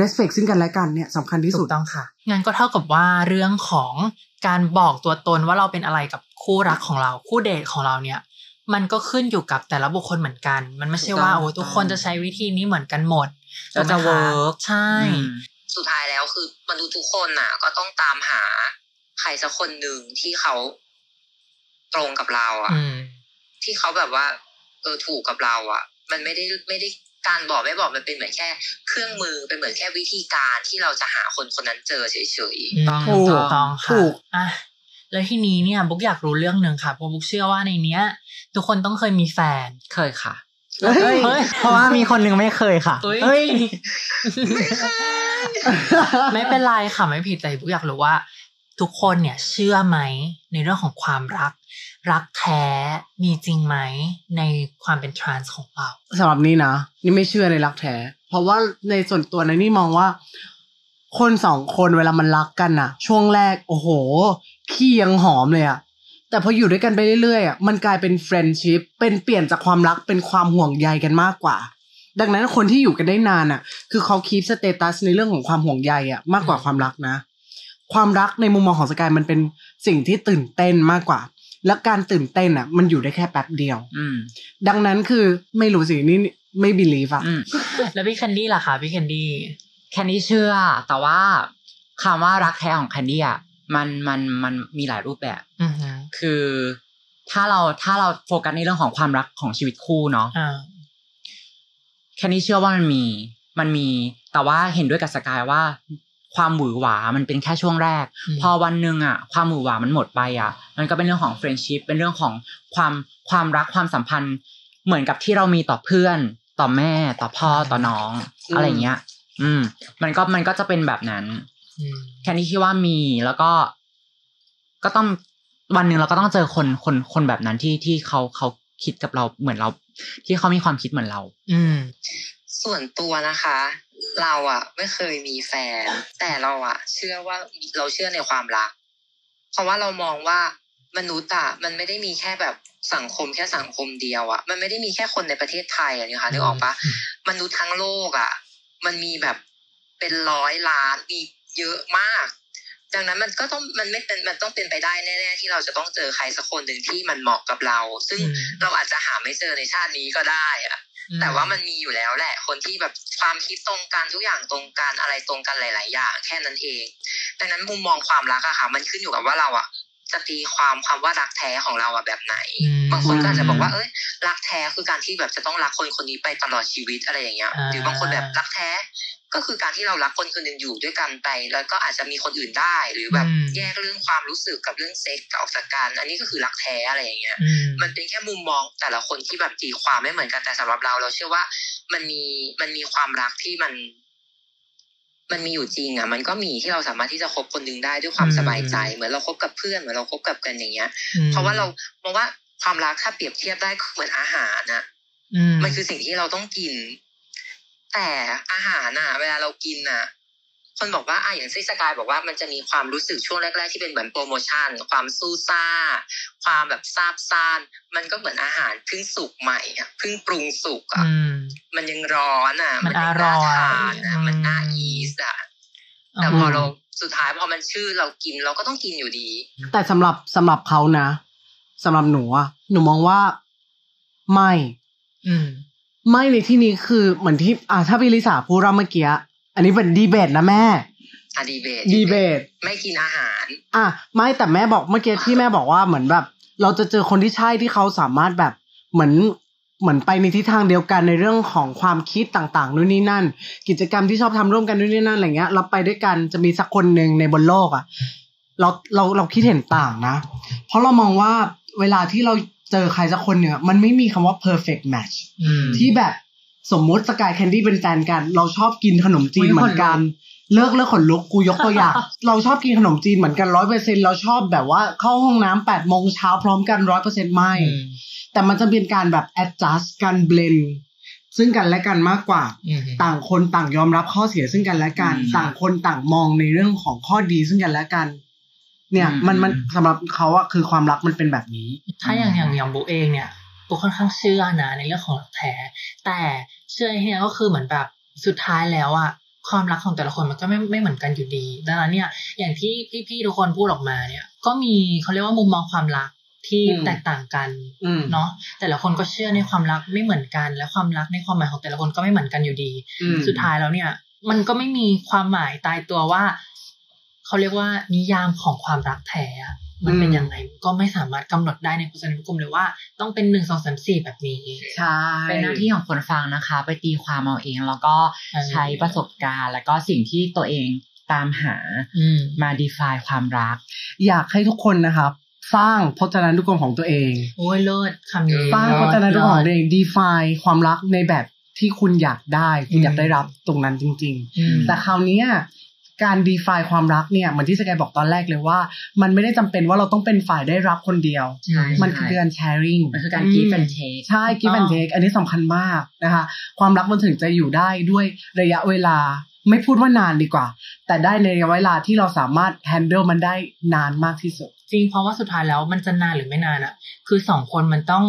S4: respect ซึ่งกันและกันเนี่ยสำคัญที่
S1: ถู
S4: สุด
S1: กต้องค่ะงั้นก็เท่ากับว่าเรื่องของการบอกตัวตนว่าเราเป็นอะไรกับคู่รักของเรา คู่เดทของเราเนี่ย มันก็ขึ้นอยู่กับแต่ละบุคคลเหมือนกัน มันไม่ใช่ว่า
S2: ถูกต้อง
S1: โอ้ทุกคนจะใช้วิธีนี้เหมือนกันหมด
S2: แล้วจะ
S1: ถูไหมค
S2: work
S1: ใช่
S2: อืม
S3: สุดท้ายแล้วคือมนุษย์ทุกคนน่ะ ก็ต้องตามหาใครสักคนหนึ่งที่เขาตรงกับเราอะ
S1: อืม
S3: ที่เขาแบบว่า เออถูกกับเราอะมันไม่ได้ไม่ได้การบอกไม่บอกมันเป็นเหมือนแค่ เครื่องมือเป็นเหมือนแค่วิธีการที่เราจะหาคนคนนั้นเจอเฉยๆ
S2: ต้อง
S1: ถู
S2: ถู
S1: ก
S2: ก
S1: ต้องค่ะ
S4: ถูก
S1: อ่ะแล้วทีนี้เนี่ยบุ๊กอยากรู้เรื่องหนึ่งค่ะเพราะบุ๊กเชื่อว่าในเนี้ย ทุกคนต้องเคยมีแฟน
S2: เคยค่ะ
S4: เฮ้ย
S1: เฮ้ย
S2: เพราะว่ามี
S4: <laughs>
S2: คนหนึงไม่เคยค่ะ
S1: เอ้ย
S2: เอ้ย
S1: <laughs> ไม่เป็นไรค่ะไม่ผิดแต่บุ๊กอยากรู้ว่า ทุกคนเนี่ยเชื่อไหมในเรื่องของความรัก รักแท้มีจริงไหมในความเป็นทรานส์ของเรา
S3: <laughs>
S4: สำหรับนี่นะนี่ไม่เชื่อในรักแท้ เพราะว่าในส่วนตัวนะนี่มองว่า คนสองคนเวลามันรักกันอะช่วงแรกโอ้โห ขี้ยังหอมเลยอะแต่พออยู่ด้วยกันไปเรื่อยๆอะมันกลายเป็น friendship เป็นเปลี่ยนจากความรักเป็นความห่วงใยกันมากกว่า ดังนั้นคนที่อยู่กันได้นานอ่ะ คือเขาคีปสเตตัสในเรื่องของความห่วงใยอ่ะมากกว่าความรักนะ ความรักในมุมมองของสกายมันเป็นสิ่งที่ตื่นเต้นมากกว่า และการตื่นเต้นอ่ะ มันอยู่ได้แค่แป๊บเดียว
S2: อืม
S4: ดังนั้นคือไม่รู้สินี่ไม่บิลีฟอ่ะ
S2: อืม
S1: แล้วพี่แคนดี้ล่ะคะพี่แคนดี้
S2: แคนดี้เชื่อ แต่ว่าคำว่ารักแท้ของแคนดี้อ่ะมันมันมันมีหลายรูปแบบ
S1: อือฮึ
S2: คือถ้าเราถ้าเราโฟกัสในเรื่องของความรักของชีวิตคู่เนาะ
S1: อ่า
S2: แคนดี้เชื่อว่ามันมีมันมี แต่ว่าเห็นด้วยกับสกายว่า ความหวือหวามันเป็นแค่ช่วงแรก
S1: อืม
S2: พอวันหนึ่งอ่ะ ความหวือหวามันหมดไปอ่ะ มันก็เป็นเรื่องของเฟรนชิพเป็นเรื่องของความความรักความสัมพันธ์ เหมือนกับที่เรามีต่อเพื่อน ต่อแม่ ต่อพ่อต่อน้อง อะไรอย่างเงี้ย อืม มันก็มันก็จะเป็นแบบนั้น
S1: อืม
S2: แค่นี้คิดว่ามีแล้วก็ก็ต้องวันหนึ่งเราก็ต้องเจอคนคนคนแบบนั้นที่ที่เขาเขาคิดกับเราเหมือนเรา ที่เขามีความคิดเหมือนเรา
S1: อืม
S3: ส่วนตัวนะคะ เราอะไม่เคยมีแฟน แต่เราอะเชื่อว่าเราเชื่อในความรัก เพราะว่าเรามองว่ามนุษย์อะมันไม่ได้มีแค่แบบสังคมแค่สังคมเดียวอะมันไม่ได้มีแค่คนในประเทศไทยอะนะคะนึกออกปะมนุษย์ทั้งโลกอะมันมีแบบเป็นร้อยล้านมีเยอะมาก ดังนั้นมันก็ต้องมันไม่เป็นมันต้องเป็นไปได้แน่ๆที่เราจะต้องเจอใครสักคนหนึ่งที่มันเหมาะกับเรา ซึ่ง
S1: อืม
S3: เราอาจจะหาไม่เจอในชาตินี้ก็ได้อะ แต่ว่ามันมีอยู่แล้วแหละ คนที่แบบความคิดตรงกันทุกอย่างตรงกันอะไรตรงกันหลาย ๆ อย่าง แค่นั้นเอง ดังนั้นมุมมองความรักอะค่ะ มันขึ้นอยู่กับว่าเราอะจะตีความความว่ารักแท้ของเราอะแบบไหน
S1: อืม
S3: บางคนก็อาจจะบอกว่า เอ้ย รักแท้คือการที่แบบจะต้องรักคนคนนี้ไปตลอดชีวิตอะไรอย่างเงี้ย
S1: อ่า
S3: หรือบางคนแบบรักแท้ ก็คือการที่เรารักคนคนหนึ่งอยู่ด้วยกันไป แล้วก็อาจจะมีคนอื่นได้ หรือแบบแยกเรื่องความรู้สึกกับเรื่องเซ็กส์ออกจากกัน อันนี้ก็คือรักแท้อะไรอย่างเงี้ย
S1: อืม
S3: มันเป็นแค่มุมมองแต่ละคนที่แบบตีความไม่เหมือนกันแต่สำหรับเรา เราเชื่อว่ามันมีมันมีความรักที่มัน มันมีอยู่จริงอ่ะ มันก็มีที่เราสามารถที่จะคบคนหนึ่งได้ด้วยความ
S1: อืม
S3: สบายใจ เหมือนเราคบกับเพื่อนเหมือนเราคบกับกันอย่างเงี้ย
S1: อืม
S3: เพราะว่าเรามองว่าความรักถ้าเปรียบเทียบได้ก็เหมือนอาหารนะ
S1: อืม
S3: มันคือสิ่งที่เราต้องกิน แต่อาหารน่ะ เวลาเรากินน่ะ คนบอกว่าอ่ะอย่างซิสกายบอกว่ามันจะมีความรู้สึกช่วงแรก ๆ ที่เป็นเหมือนโปรโมชั่น ความสู้ซ่า ความแบบซาบซ่าน มันก็เหมือนอาหารเพิ่งสุกใหม่อ่ะเพิ่งปรุงสุกอ่ะ
S1: อืม
S3: มันยังร้อนอ่ะ
S1: มัน
S3: ยังน่า
S1: อร่อย
S3: ทานอ่ะมันน่า
S1: อืม
S3: อีสอ่ะแต่พอเราสุดท้ายพอมันชื่อเรากินเราก็ต้องกินอยู่ดี
S4: แต่สำหรับสำหรับเขานะสำหรับหนูอะหนูมองว่าไม่
S1: อืม
S4: ไม่ในที่นี้คือเหมือนที่อ่าถ้าพี่ลิสาพูดเราเมื่อกี้ อันนี้เป็นดีเบตนะแม่
S3: อะดีเบต
S4: ดีเบต
S3: ไม่กินอาหาร
S4: อ่ะไม่แต่แม่บอกเมื่อกี้ที่แม่บอกว่าเหมือนแบบ เราจะเจอคนที่ใช่ที่เขาสามารถแบบเหมือนเหมือนไปในทิศทางเดียวกันในเรื่องของความคิดต่างๆนู่นนี่นั่น กิจกรรมที่ชอบทำร่วมกันนู่นนี่นั่นอะไรเงี้ยเราไปด้วยกันจะมีสักคนหนึ่งในบนโลกอะ่ะเราเราเราคิดเห็นต่างนะ เพราะเรามองว่าเวลาที่เราเจอใครสักคนเนี่ยมันไม่มีคำว่า perfect match
S1: อืม
S4: ที่แบบสมมติสกายแคนดี้เป็นแฟนกัน เราชอบกินขนมจีน
S2: อุ๊ย
S4: เหมือนกัน
S2: ขนลุ
S4: เลิกเลิกขนลุกกูยกตัวอย่าง <laughs> เราชอบกินขนมจีนเหมือนกันร้อยเปอร์เซ็นเราชอบแบบว่าเข้าห้องน้ำแปดโมงเช้าพร้อมกันร้อยเปอร์เซ็นไม่ แต่มันจะเป็นการแบบ adjust การ blend ซึ่งกันและกันมากกว่า
S1: อืม
S4: ต่างคนต่างยอมรับข้อเสียซึ่งกันและกัน
S2: อืม
S4: ต่างคนต่างมองในเรื่องของข้อดีซึ่งกันและกัน เนี่ย
S2: อืม
S4: มันมันสำหรับเขาอะคือความรักมันเป็นแบบนี้
S1: ถ้าอย่างอย่างอย่างบุเองเนี่ยบุค่อนข้างเชื่อนะในเรื่องของรักแท้แต่เชื่อที่เนี่ยก็คือเหมือนแบบสุดท้ายแล้วอะความรักของแต่ละคนมันก็ไม่ไม่เหมือนกันอยู่ดีดังนั้นเนี่ยอย่างที่พี่ๆทุกคนพูดออกมาเนี่ย ก็มีเขาเรียกว่ามุมมองความรักที่
S4: อืม
S1: แตกต่างกัน
S4: อืม
S1: เนาะแต่ละคนก็เชื่อในความรักไม่เหมือนกัน และความรักในความหมายของแต่ละคนก็ไม่เหมือนกันอยู่ดี
S4: อืม
S1: สุดท้ายแล้วเนี่ย มันก็ไม่มีความหมายตายตัวว่าเขาเรียกว่านิยามของความรักแท้อะมันเป็น
S4: อืม
S1: ยังไงก็ไม่สามารถกำหนดได้ในพจนานุกรมเลยว่า ต้องเป็นหนึ่งสองสามสี่แบบนี้
S4: ใช่
S2: เป็นหน้าที่ของคนฟังนะคะ ไปตีความเอาเอง แล้วก็ใช้ประสบการณ์ แล้วก็สิ่งที่ตัวเองตามหา
S1: อืม
S2: มา define ความรัก
S4: อยากให้ทุกคนนะครับ สร้างพจนานุกรมของตัวเอง
S1: โอ้ยเลิศคำนี้
S4: สร้าง
S1: เลิศ
S4: พจนานุกรมของตั
S1: เลิศ
S4: วเอง define ความรักในแบบที่คุณอยากได้ คุณ
S1: อืม
S4: อยากได้รับตรงนั้นจริง
S1: อืม
S4: ๆ แต่คราวเนี้ยการ define ความรักเนี่ยเหมือนที่สกายบอกตอนแรกเลยว่า มันไม่ได้จำเป็นว่าเราต้องเป็นฝ่ายได้รับคนเดียว
S2: ใช่
S4: มันคือการ sharing
S2: มันคือการ
S1: อืม
S2: give and take
S4: ใช่ give
S1: ถูกต้
S4: and
S1: อง
S4: take อันนี้สำคัญมากนะคะ ความรักมันถึงจะอยู่ได้ด้วยระยะเวลา ไม่พูดว่านานดีกว่า แต่ได้ในระยะเวลาที่เราสามารถ handle มันได้นานมากที่สุด
S1: จริงเพราะว่าสุดท้ายแล้วมันจะนานหรือไม่นานอะคือสองคนมันต้อง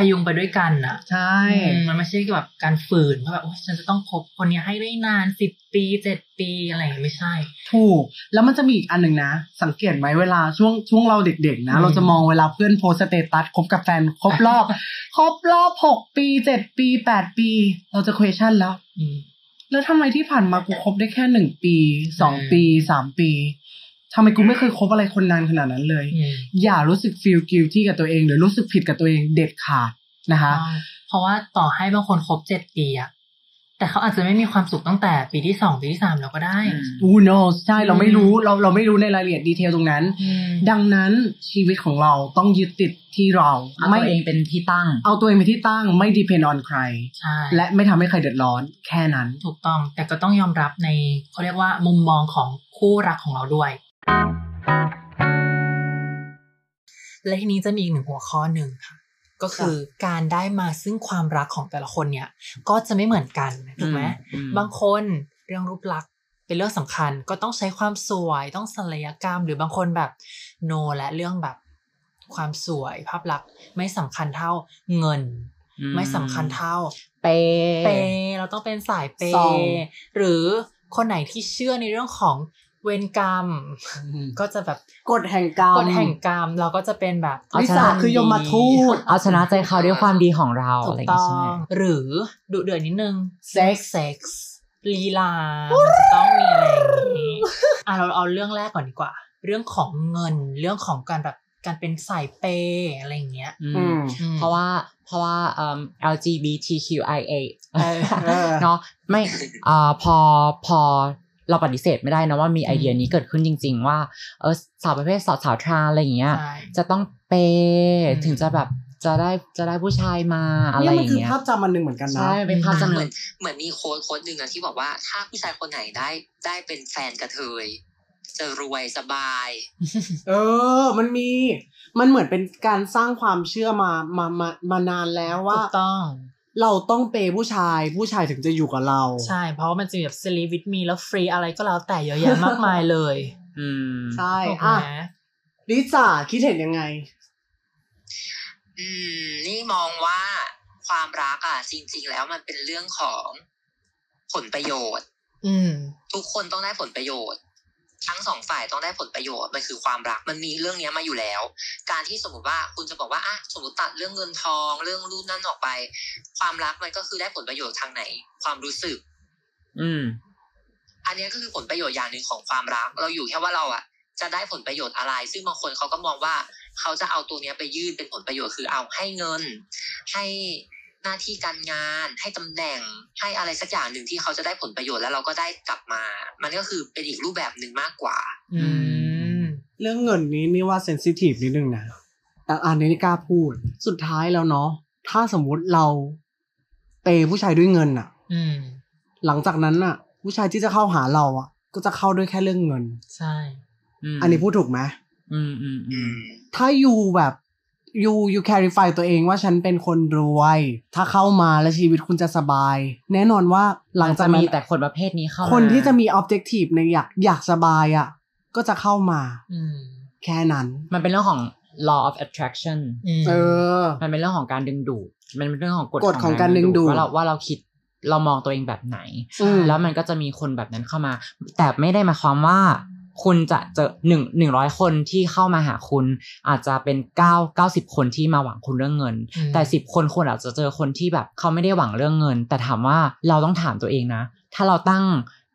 S1: พยุงไปด้วยกันอ่ะ
S4: ใช่
S1: อืมมันไม่ใช่แบบการฝืนว่าแบบโอ๊ยฉันจะต้องคบคนเนี้ยให้ได้นานสิบปีเจ็ดปีอะไรอย่างเงี้ยไม่ใช่
S4: ถูก แล้วมันจะมีอีกอันหนึ่งนะ สังเกตไหมเวลาช่วงช่วงเราเด็กๆนะ
S1: อืม
S4: เราจะมองเวลาเพื่อนโพสต์สเตตัสคบกับแฟนครบรอบ <laughs> ครบรอบหกปีเจ็ดปีแปดปี เราจะ question แล้ว
S1: อืม
S4: แล้วทำไมที่ผ่านมากูคบได้แค่หนึ่งปีสอง
S1: อืม
S4: ปีสามปีทำไมกูไม่เคยคบอะไรคนนานขนาดนั้นเลย
S1: อืม
S4: อย่ารู้สึก feel guilty กับตัวเอง หรือรู้สึกผิดกับตัวเองเด็ดขาดนะคะ
S1: เพราะว่าต่อให้บางคนครบเจ็ดปีอะแต่เขาอาจจะไม่มีความสุขตั้งแต่ปีที่สองปีที่สามแล้วก็ได้
S4: who knows ใช่เราไม่รู้เราเราไม่รู้ในรายละเอียดดีเทลตรงนั้น ดังนั้นชีวิตของเราต้องยึดติดที่เรา
S2: เอาตัวเองเป็นที่ตั้ง
S4: เอาตัวเองเป็นที่ตั้งไม่ depend on ใคร
S1: ใช่
S4: และไม่ทำให้ใครเดือดร้อนแค่นั้น
S1: ถูกต้องแต่ก็ต้องยอมรับในเขาเรียกว่ามุมมองของคู่รักของเราด้วย และทีนี้จะมีอีกหนึ่งหัวข้อหนึ่งค่ะ ก็คือการได้มาซึ่งความรักของแต่ละคนเนี่ย ก็จะไม่เหมือนกันถูกไหม
S2: อืม
S1: บางคนเรื่องรูปลักษณ์เป็นเรื่องสำคัญก็ต้องใช้ความสวยต้องศัลยกรรม หรือบางคนแบบโนและเรื่องแบบความสวยภาพลักษณ์ไม่สำคัญเท่าเงิน
S2: อื
S1: ไม่สำคัญเท่า
S2: เปย์
S1: เปย์เราต้องเป็นสายเป
S4: ส่อง
S1: ย์หรือคนไหนที่เชื่อในเรื่องของเวรกรรม ก็จะแบบ
S4: กฎแห่งกรรม
S1: กฎแห่งกรรมเราก็จะเป็นแบบ
S4: ลิซ่าคือยมทูต
S2: เอาชนะใจเขาด้วยความดีของเรา
S1: ถู
S2: อะไร
S1: ก
S2: อย่าง
S1: ต้อ
S2: งี้ใช่ไหม
S1: งหรือดุเดือดนิดนึง
S4: sex
S1: เซ็กส์ลีลามันจะต้องมีอะไรอย่างนี้ อ่ะเราเอาเรื่องแรกก่อนดีกว่า เรื่องของเงินเรื่องของการแบบการเป็นสายเปย์อะไรอย่างเงี้ย
S2: อื
S4: อื
S2: ม
S4: ม
S1: อืม
S2: เพราะว่าเพราะว่าเอิ่ม LGBTQIA
S1: เออ
S2: <laughs> เนาะไม่เอ่อพอพอเราปฏิเสธไม่ได้นะว่ามีไอเดียนี้เกิดขึ้นจริง ๆ ว่าเออสาวประเภทสาวสาวทรานอะไรอย่างเงี้ย
S1: ใช่
S2: จะต้องเปย์
S1: อืม
S2: ถึงจะแบบจะได้จะได้ผู้ชายมาอะไร
S4: เนี่ย
S2: อ
S4: มัน
S2: ย่าง
S4: คือ
S2: เงี้ย
S4: ภาพจำอันหนึ่งเหมือนกันนะ
S2: ใช่มันเป็นภาพจำ
S3: เห
S2: เล
S3: มือย นเหมือนมีโค้ดโค้ดหนึ่งอะที่บอกว่าถ้าผู้ชายคนไหนได้ได้เป็นแฟนกระเทยจะรวยสบาย
S4: เออ มันมี มันเหมือนเป็นการสร้างความเชื่อมามามามานานแล้วว่า
S1: ถูกต้อง
S4: เราต้องเปย์ผู้ชาย ผู้ชายถึงจะอยู่กับเรา
S1: ใช่ เพราะว่ามันจะมีแบบ sleep with me แล้วฟรีอะไรก็แล้วแต่เยอะแยะมากมายเลย
S2: อืม
S4: ใช่
S1: ถูก
S4: อ่ะ
S1: ไหม
S4: ลิซ่าคิดเห็นยังไง
S3: อืมนี่มองว่าความรักอะจริง ๆ แล้วมันเป็นเรื่องของผลประโยชน์
S1: อืม
S3: ทุกคนต้องได้ผลประโยชน์ ทั้งสองฝ่ายต้องได้ผลประโยชน์มันคือความรักมันมีเรื่องเนี้ยมาอยู่แล้ว การที่สมมติว่าคุณจะบอกว่าอ่ะสมมติตัดเรื่องเงินทอง เรื่องรูปนั่นออกไป ความรักมันก็คือได้ผลประโยชน์ทางไหน ความรู้สึก
S2: อืม
S3: อันเนี้ยก็คือผลประโยชน์อย่างหนึ่งของความรัก เราอยู่แค่ว่าเราอ่ะ จะได้ผลประโยชน์อะไร ซึ่งบางคนเขาก็มองว่า เขาจะเอาตัวเนี้ยไปยื่นเป็นผลประโยชน์คือเอาให้เงิน ให้หน้าที่การงาน ให้ตำแหน่ง ให้อะไรสักอย่างหนึ่งที่เขาจะได้ผลประโยชน์แล้วเราก็ได้กลับมา มันก็คือเป็นอีกรูปแบบหนึ่งมากกว่า
S1: อืม
S4: เรื่องเงินนี้นี่ว่าเซนซิทีฟนิดนึงนะ แต่อันนี้นี่กล้าพูด สุดท้ายแล้วเนาะ ถ้าสมมุติเราเปย์ผู้ชายด้วยเงินอะ
S1: อืม
S4: หลังจากนั้นอะผู้ชายที่จะเข้าหาเราอะก็จะเข้าด้วยแค่เรื่องเงิน
S1: ใช่
S2: ม
S4: อันนี้พูดถูกไหม
S2: อืมอืมอืม
S4: ถ้าอยู่แบบอยู่อยู่แคริฟายตัวเองว่าฉันเป็นคนรวย ถ้าเข้ามาแล้วชีวิตคุณจะสบาย แน่นอนว่าหลังจาก
S2: มัน
S4: นั้
S2: มี
S4: น
S2: แต่คนประเภทนี้เข้ามา
S4: คนที่จะมีออบเจกตีฟในอยากอยากสบายอ่ะ ก็จะเข้ามา
S1: อืม
S4: แค่นั้น
S2: มันเป็นเรื่องของ law of attraction
S1: อืม
S4: เออ
S2: มันเป็นเรื่องของการดึงดูด มันเป็นเรื่องของกฎ
S4: กฎของการดึงดูด
S2: ว่าเราว่าเราคิดเรามองตัวเองแบบไหน
S4: อืม
S2: แล้วมันก็จะมีคนแบบนั้นเข้ามา แต่ไม่ได้หมายความว่าคุณจะเจอหนึ่งหนึ่งร้อยคนที่เข้ามาหาคุณ อาจจะเป็นเก้าเก้าสิบคนที่มาหวังคุณเรื่องเงิน
S1: อืม
S2: แต่สิบคนคนอาจจะเจอคนที่แบบเขาไม่ได้หวังเรื่องเงิน แต่ถามว่าเราต้องถามตัวเองนะ ถ้าเราตั้ง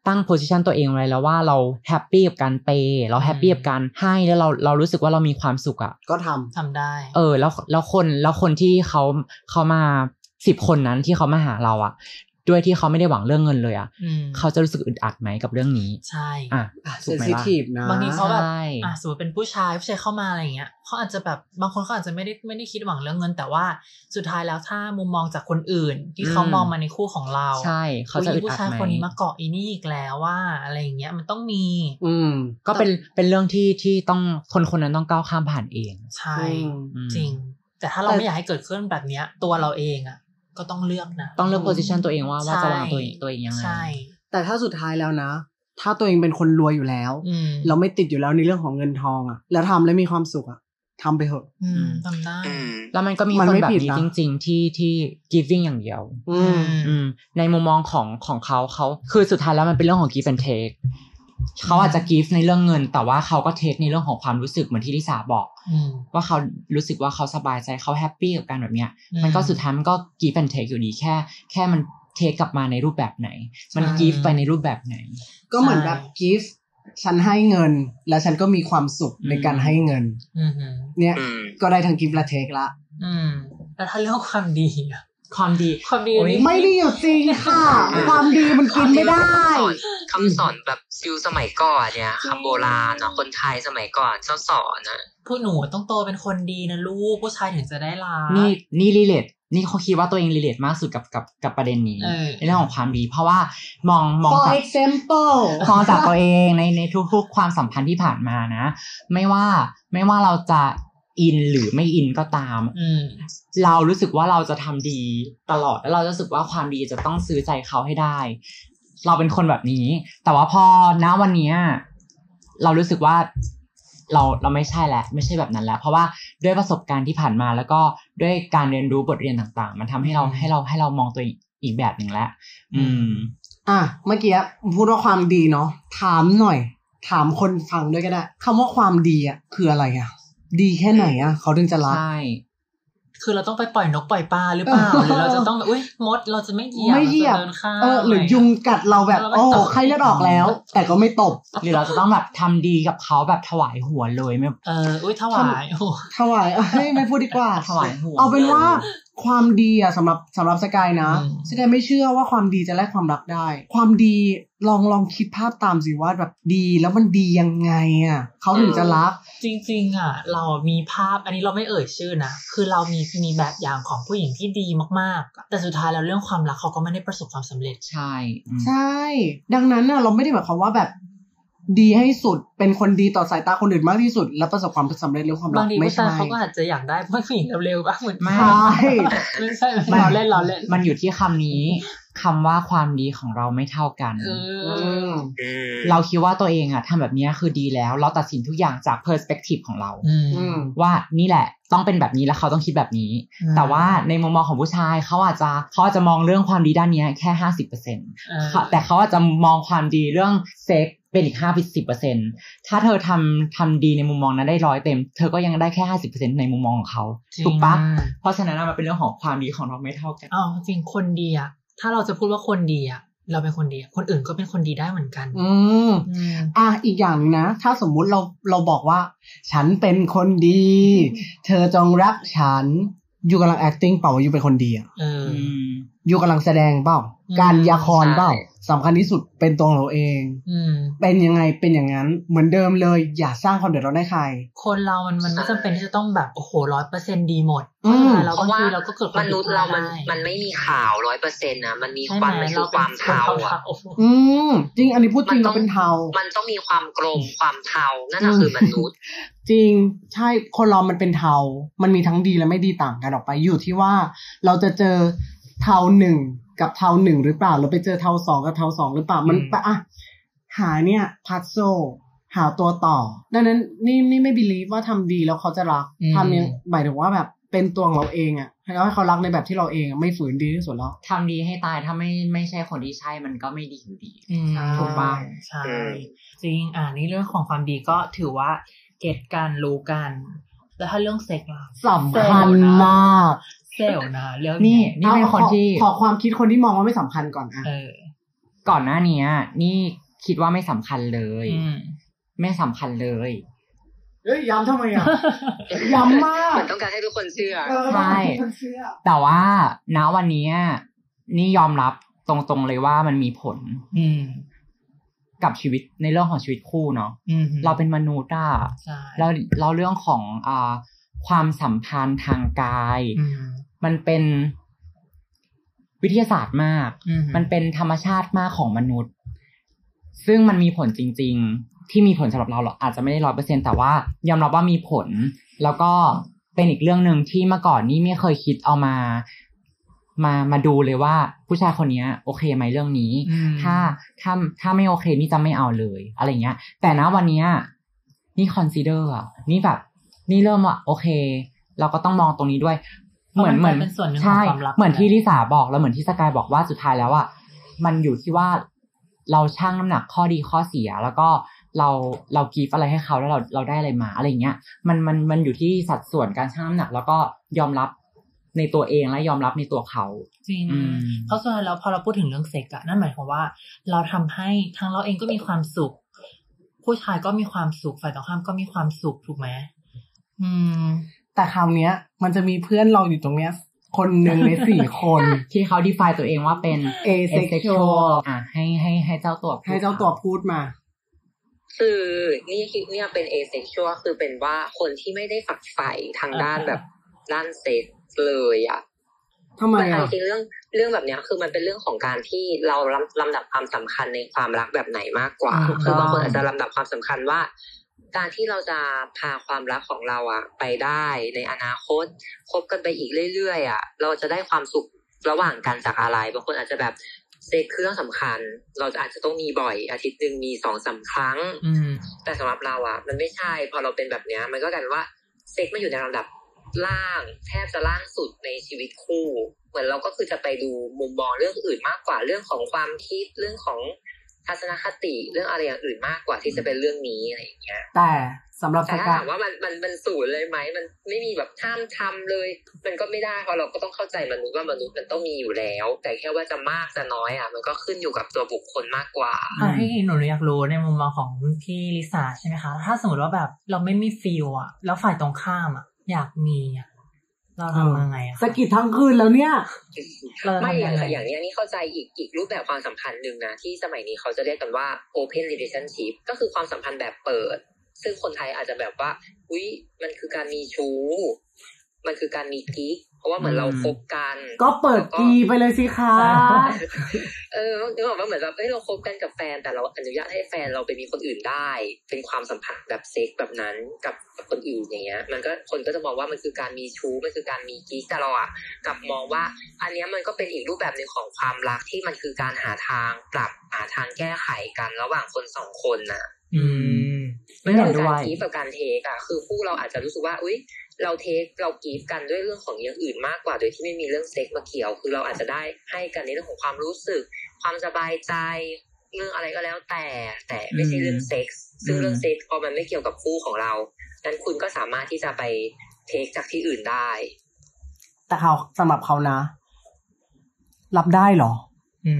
S2: ตั้งโพสิชันตัวเองไว้แล้วว่าเราแฮปปี้กับการเปย์เราแฮปปี้กับการให้แล้วเราเรารู้สึกว่าเรามีความสุขอะ
S4: ก็ทำ
S1: ทำได้
S2: เออแล้วแล้วคนแล้วคนที่เขาเขามาสิบคนนั้นที่เขามาหาเราอะด้วยที่เขาไม่ได้หวังเรื่องเงินเลยอะ
S1: อืม
S2: เขาจะรู้สึกอึดอัดไหมกับเรื่องนี้
S1: ใช่
S2: อ่ะ ถูกไห
S4: เซน
S2: มล่ะ
S4: ซิทีฟนะ
S1: บางทีเขาแบบ
S2: ใช่
S1: อ่ะสมมติเป็นผู้ชายผู้ชายเข้ามาอะไรอย่างเงี้ยเขาอาจจะแบบบางคนเขาอาจจะไม่ได้ไม่ได้คิดหวังเรื่องเงิน แต่ว่าสุดท้ายแล้วถ้ามุมมองจากคนอื่น ที่เขา
S2: อืม
S1: มองมาในคู่ของเรา
S2: ใช่เขาจะ
S1: อุ๊
S2: อึ
S1: ย
S2: ด
S1: ผู้
S2: อัด
S1: ชาย
S2: ไหม
S1: คนนี้มาเกาะอีนี่อีกแล้วว่า อะไรอย่างเงี้ยมันต้องมี
S4: อืม
S2: ก็เป็นเป็นเรื่องที่ที่ต้องคนคนนั้นต้องก้าวข้ามผ่านเอง
S1: ใช่
S4: อืม
S2: อืม
S1: จริง แต่ถ้าเรา
S4: แต่
S1: ไม่อยากให้เกิดขึ้นแบบเนี้ย ตัวเราเองอ่ะ ก็ต้องเลือกนะ
S2: ต้องเลือกโพสิชันตัวเองว่าว่า
S1: ใช่
S2: จะวางตัวเองตัวเองยังไง
S1: ใช่
S4: แต่ถ้าสุดท้ายแล้วนะ ถ้าตัวเองเป็นคนรวยอยู่แล้ว
S1: อืม
S4: เราไม่ติดอยู่แล้วในเรื่องของเงินทองอ่ะ แล้วทำแล้วมีความสุขอ่ะ ทำไปเถอะ
S1: อืมทำได้
S3: อืม
S2: แล้วมันก็มี
S4: มัน
S2: คน
S4: ไม่
S2: แบบ
S4: ผิด
S2: นี้
S4: นะ
S2: จริง ๆ ที่ที่ giving อย่างเดียว
S4: อืม
S2: อืมในมุมมองของของเขาเขาคือสุดท้ายแล้วมันเป็นเรื่องของ give and take เขาอาจจะ give ในเรื่องเงิน แต่ว่าเขาก็ take ในเรื่องของความรู้สึกเหมือนที่ลิสาบอก
S1: อืม
S2: ว่าเขารู้สึกว่าเขาสบายใจเขาแฮปปี้กับการแบบเนี้ย
S1: อืม
S2: มันก็สุดท้ายมันก็ give and take อยู่ดีแค่ แค่มัน take กลับมาในรูปแบบไหน มัน
S1: ใช่
S2: give ไปในรูปแบบไหน
S4: ก็เหมือนแบบ
S1: ใช่
S4: กิฟต์ฉันให้เงิน และฉันก็มีความสุขในการให้เงิน
S1: อืม
S4: เนี่ย
S3: อืม
S4: ก็ได้ทั้งกิฟต์และเทคละ
S1: อืมแล้วถ้าเรื่องความดีอะ
S2: ความดี
S1: ความดี
S2: โอ้ย
S1: นี่
S4: ไม่มีอยู่จริงค่ะ ความดีมันกินไม่ได้
S3: คำสอนแบบฟิลสมัยก่อนเนี่ยคำโบราณเนาะคนไทยสมัยก่อนเขาสอนนะ
S1: พวกหนูต้องโตเป็นคนดีนะลูกผู้ชายถึงจะได้รัก
S2: นี่นี่รีเลทนี่เขาคิดว่าตัวเองรีเลทมากสุดกับกับกับประเด็นนี้
S1: เออ
S2: ในเรื่องของความดี เพราะว่ามองมอง
S4: for
S2: จาก
S4: example
S2: มองจากตัวเองในในทุกๆความสัมพันธ์ที่ผ่านมานะ ไม่ว่าไม่ว่าเราจะอินหรือไม่อินก็ตาม
S1: อืม
S2: เรารู้สึกว่าเราจะทำดีตลอดแล้วเรารู้สึกว่าความดีจะต้องซื้อใจเขาให้ได้ เราเป็นคนแบบนี้ แต่ว่าพอณวันเนี้ยเรารู้สึกว่าเราเราไม่ใช่แล้วไม่ใช่แบบนั้นแล้ว เพราะว่าด้วยประสบการณ์ที่ผ่านมาแล้วก็ด้วยการเรียนรู้บทเรียนต่าง ๆ มันทำให้เรา
S1: อืม
S2: ให้เราให้เรามองตัวเองอีกแบบหนึ่งแล้วอืม
S4: อ่ะเมื่อกี้พูดว่าความดีเนาะถามหน่อย ถามคนฟังด้วยก็ได้คำว่าความดีอ่ะคืออะไรอ่ะ ดีแค่ไหนอ่ะ เขาถึงจะรัก
S2: ใช่
S1: คือเราต้องไปปล่อยนกปล่อยปลาหรือเปล่า
S4: เออ
S1: หรือเราจะต้องแบบอุ้ยมดเราจะไม่เหยียบ
S4: ไม่เหยียบ
S1: ราจะเดินข้าม
S4: เออ หรือยุงกัดเราแบบ โอ้ไข้เลือดออกแล้ว แต่ก็ไม่ตบ
S2: หรือเราจะต้องแบบทำดีกับเขาแบบถวายหัวเลยไม่
S1: เอออุ้ยถวายโอ้โห
S4: ถวายเอ้ย <laughs> ไม่พูดดีกว่า
S1: <laughs>
S2: ถวายหัว
S4: เอาเป็นว่าความดีอ่ะสำหรับสำหรับสกายนะ
S1: อืม
S4: สกายไม่เชื่อว่าความดีจะแลกความรักได้ ความดีลองลองคิดภาพตามสิว่าแบบดีแล้วมันดียังไงอ่ะเขาถึงจะรัก
S1: จริง ๆ อ่ะ เรามีภาพอันนี้เราไม่เอ่ยชื่อนะ คือเรามีมีแบบอย่างของผู้หญิงที่ดีมากๆ แต่สุดท้ายแล้วเรื่องความรักเขาก็ไม่ได้ประสบความสำเร็จ
S2: ใช่อืม
S4: ใช่ ดังนั้นน่ะเราไม่ได้หมายความว่าแบบ ดีให้สุดเป็นคนดีต่อสายตาคนอื่นมากที่สุด และประสบความสำเร็จเรื่องความรับ
S1: าง
S4: ก
S1: ที
S4: ไม่
S1: ผู้ชา
S4: ใช่
S1: ยเขาก็อาจจะอยากได้ผู้หญิงเร็วๆบ้างเหมือนกัน
S2: ไม่
S4: ใช่
S1: ไม่ใช่
S2: มั
S1: เราเล่นเราเล่น
S2: มันอยู่ที่คำนี้คำว่าความดีของเราไม่เท่ากัน
S1: เอ
S4: อื
S1: อ
S4: ม
S3: อืม
S2: เราคิดว่าตัวเองอะทำแบบเนี้ยคือดีแล้ว เราตัดสินทุกอย่างจากเพอร์สเปกทีฟของเรา
S1: อืม
S4: อืม
S2: ว่านี่แหละต้องเป็นแบบนี้แล้วเขาต้องคิดแบบนี้
S1: อืม
S2: แต่ว่าในมุมมองของผู้ชายเขาอาจจะเขาอาจจะมองเรื่องความดีด้านเนี้ยแค่ห้าสิบเปอร์เซ็นต
S1: เออ
S2: ค่ะแต่เขาอาจจะมองความดีเรื่องเซ็กเป็นอีกห้าสิบเปอร์เซ็นถ้าเธอทำทำดีในมุมมองนั้นได้ร้อยเต็ม เธอก็ยังได้แค่ห้าสิบเปอร์เซ็นในมุมมองของเขา
S1: จริง
S2: ถูกปะเพราะฉะนั้นอะมันเป็นเรื่องของความดีของเราไม่เท่ากัน
S1: อ๋อจริงคนดีอะถ้าเราจะพูดว่าคนดีอะเราเป็นคนดีอะคนอื่นก็เป็นคนดีได้เหมือนกัน
S4: อืม
S1: อืม
S4: อ่ะอีกอย่างหนึ่งนะ ถ้าสมมุติเราเราบอกว่า ฉันเป็นคนดี เธอจงรักฉัน อยู่กำลัง acting เปล่าว่าอยู่เป็นคนดีอ่ะ
S1: เออ
S4: อยู่กำลังแสดงเปล่า
S1: อืม
S4: การยาครเปล่าสำคัญที่สุดเป็นตัวของเราเอง
S1: อืม
S4: เป็นยังไงเป็นอย่างนั้น เหมือนเดิมเลย อย่าสร้างความเดือดร้อนให้ใคร
S1: คนเรามันมันไม่จำเป็นที่จะต้องแบบโอ้โหร้อยเปอร์เซ็นดีหมด
S4: อืม
S1: เรา
S3: เพ
S1: บาง
S3: ราะว่า
S1: ทีเราก็เกิดค
S3: ม
S1: วาม
S3: นุษย์เรามัน
S1: ผิดพลดได้
S3: มันไม่มีขาวร้อยเปอร์เซ็นต์นะมันมี
S1: ใช่
S3: ความ
S1: ไหม
S3: มันคื
S1: เรา
S3: อ
S1: เป็
S3: คน วามเทา
S1: คน
S3: อ่ะ
S1: เทๆ
S4: อืมจริงอันนี้พูดจริง
S3: มันต้
S4: เรา
S3: อง
S4: เป็นเทา
S3: มันต้องมีความกลมความเทานั่น
S4: อื
S3: น่ะ
S4: ม
S3: คือมนุษย์
S4: จริงใช่คนเรามันเป็นเทา มันมีทั้งดีและไม่ดีต่างกันออกไป อยู่ที่ว่าเราจะเจอเทาหนึ่งกับเทาหนึ่งหรือเปล่าหรือไปเจอเทาสองกับเทาสองหรือเปล่ามัน
S2: อืม
S4: ไปอ่ะหาเนี่ยพัซโซหาตัวต่อ ดังนั้นนี่นี่ไม่บิลีฟว่าทำดีแล้วเขาจะรัก
S1: อืม
S4: ทำเนี่ยหมายถึงว่าแบบเป็นตัวของเราเองอะแล้วให้เขารักในแบบที่เราเองอะไม่ฝืนดีที่สุดแล้ว
S1: <laughs>
S2: ทำดีให้ตายถ้าไม่ไม่ใช่คนที่ใช่มันก็ไม่ดีอยู่ดี
S1: อืม
S4: ใช่
S1: ถูกปะใช่
S3: อืม
S1: จริงอ่านี่เรื่องของความดีก็ถือว่าเก็ตกันรู้กัน แล้วถ้าเรื่องเซ็กล่ะ
S4: สำคัญมาก
S1: เซลล์นะเรื่อง
S2: นี่
S1: เย
S2: นี่เป็นคนที่
S4: ขอขอความคิดคนที่มองว่าไม่สำคัญก่อนอะ
S1: เออ
S2: ก่อนหน้าเนี้ย นี่คิดว่าไม่สำคัญเลย
S1: อืม
S2: ไม่สำคัญเลย
S4: เอ้ยย้ำทำไมอ่ะ ย้ำมาก
S3: มันต้องการให้ทุกคนเชื่อ
S4: เออ
S2: ใช่
S4: มันเชื่อ
S2: แต่ว่าณวันเนี้ยนี่ยอมรับตรงๆเลยว่ามันมีผล
S1: อืม
S2: กับชีวิตในเรื่องของชีวิตคู่เนาะ
S1: อืม
S2: เราเป็นมนุษย์อะ
S1: ใช่
S2: แล้วเราเรื่องของอ่าความสัมพันธ์ทางกาย
S1: อืม
S2: มันเป็นวิทยาศาสตร์มาก
S1: อื
S2: มันเป็นธรรมชาติมากของมนุษย์ ซึ่งมันมีผลจริง ๆ ที่มีผลสำหรับเราหรอกอาจจะไม่ได้ร้อยเปอร์เซ็นแต่ว่ายอมรับว่ามีผล แล้วก็เป็นอีกเรื่องหนึ่งที่เมื่อก่อนนี่ไม่เคยคิดเอามา มามาดูเลยว่า ผู้ชายคนเนี้ย โอเคไหมเรื่องนี้
S1: อืม
S2: ถ้าถ้าถ้าไม่โอเคนี่จะไม่เอาเลย อะไรเงี้ย แต่นะวันเนี้ยนี่คอนซีเดอร์อะนี่แบบ นี่เริ่มอ่ะโอเค เราก็ต้องมองตรงนี้ด้วย
S1: เพราะ
S2: เหมือน
S1: มัน
S2: เหมือน
S1: เป็นส่วนหนึ่งของ
S2: ใช่
S1: ความลับ
S2: เหมือนที่ลิสาบอกแล้วเหมือนที่สกายบอกว่าสุดท้ายแล้วอ่ะมันอยู่ที่ว่าเราชั่งน้ำหนักข้อดีข้อเสีย แล้วก็เราเรากีฟอะไรให้เขาแล้วเราเราได้อะไรมาอะไรอย่างเงี้ย มันมันมันอยู่ที่สัดส่วนการชั่งน้ำหนัก แล้วก็ยอมรับในตัวเองและยอมรับในตัวเขา
S1: จริง
S2: อืม
S1: เพราะส่วนใหญ่แล้วพอเราพูดถึงเรื่องเซ็กอะนั่นหมายความว่า เราทำให้ทั้งเราเองก็มีความสุข ผู้ชายก็มีความสุขฝ่ายตรงข้ามก็มีความสุขถูกไหมอืม
S4: แต่คราวเนี้ย มันจะมีเพื่อนเราอยู่ตรงเนี้ย คนหนึ่งในสี่คน <laughs>
S2: ที่เขา define ตัวเองว่าเป็น
S4: asexual
S2: อ่ะให้ให้ให้เจ้าตัวพูด
S4: ให้เจ้าตัวพูดมา
S3: คือนี่คิดเนี่ยเป็นเอเซ็กชวลคือเป็นว่าคนที่ไม่ได้ฝักใฝ่ทางด้าน
S1: อ่า
S3: แบบด้านเซ็กส์เลยอ่ะ
S4: ทำไม
S3: มันเอา
S4: อ่ะ
S3: จริงเรื่องเรื่องแบบเนี้ยคือมันเป็นเรื่องของการที่เราลำลำดับความสำคัญในความรักแบบไหนมากกว่า
S1: ถูกต้อง
S3: คือบางคนอาจจะลำดับความสำคัญว่า การที่เราจะพาความรักของเราอะไปได้ในอนาคตคบกันไปอีกเรื่อยๆอะเราจะได้ความสุขระหว่างกันจากอะไรบางคนอาจจะแบบเซ็กส์คือเรื่องสำคัญ เราอาจจะต้องมีบ่อย อาทิตย์หนึ่งมีสองสามครั้ง
S1: อืม
S3: แต่สำหรับเราอะมันไม่ใช่ พอเราเป็นแบบเนี้ยมันก็กลายเป็นว่าเซ็กซ์มันอยู่ในลำดับล่าง แทบจะล่างสุดในชีวิตคู่ เหมือนเราก็คือจะไปดูมุมมองเรื่องอื่นมากกว่าเรื่องของความคิดเรื่องของทัศนคติเรื่องอะไรอย่างอื่นมากกว่าที่จะเป็นเรื่องนี้อะไรอย่างเงี้ย
S4: แต่สำหรับส
S3: แต่ถ้าก
S4: า
S3: ถาย มว่ามันมันมันสูญเลยไหมมันไม่มีแบบห้ามทำเลย มันก็ไม่ได้เพราะเราก็ต้องเข้าใจมนุษย์ว่ามนุษย์มันต้องมีอยู่แล้ว แต่แค่ว่าจะมากจะน้อยอ่ะ มันก็ขึ้นอยู่กับตัวบุคคลมากกว่า
S1: อ่ะให้หนูอยากรู้ในมุมมองของพี่ลิซ่าใช่ไหมคะ ถ้าสมมติว่าแบบเราไม่มีฟิลอะแล้วฝ่ายตรงข้ามอะอยากมีอะเราทำยังไงอะคะ
S4: สะกิดทั้งคืนแล้วเนี่ย
S1: เราจะ
S3: ไม่
S1: ทำยั
S3: อย่าง ง
S1: ไง
S3: อย่างเนี้ยนี่เข้าใจอีกอีกรูปแบบความสัมพันธ์หนึ่งนะที่สมัยนี้เขาจะเรียกกันว่า open relationship ก็คือความสัมพันธ์แบบเปิด ซึ่งคนไทยอาจจะแบบว่าอุ้ยมันคือการมีชู้ มันคือการมีกิ๊กเพราะว่าเหมือนเราคบกัน
S4: ก็เปิดกีไปเลยสิคะ
S3: เออนึกออกว่าเหมือนแบบเอ้ยเราคบกันกับแฟนแต่เราอนุญาตให้แฟนเราไปมีคนอื่นได้ เป็นความสัมพันธ์แบบเซ็กแบบนั้นกับกับคนอื่นอย่างเงี้ย มันก็คนก็จะมองว่ามันคือการมีชู้มันคือการมีกิ๊กแต่เราอะ กลับมองว่าอันเนี้ยมันก็เป็นอีกรูปแบบหนึ่งของความรักที่มันคือการหาทางปรับหาทางแก้ไขกันระหว่างคนสองคนนะ
S2: อืม
S3: ไม่ใช่
S2: ด้
S3: กาว ร
S2: ย
S3: กีฟกับการเทคอะคือคู่เราอาจจะรู้สึกว่าอุ้ยเราเทคเรากีฟกันด้วยเรื่องของอย่างอื่นมากกว่า โดยที่ไม่มีเรื่องเซ็กส์มาเกี่ยว คือเราอาจจะได้ให้กันในเรื่องของความรู้สึก ความสบายใจ เรื่องอะไรก็แล้วแต่ แต่ไม่ใช่เรื่องเซ็กส์ซึ่งเรื่องเซ็กส์พอมันไม่เกี่ยวกับคู่ของเรานั้นคุณก็สามารถที่จะไปเทคจากที่อื่นได้
S4: แต่เขาสำหรับเขานะ รับได้เหรอ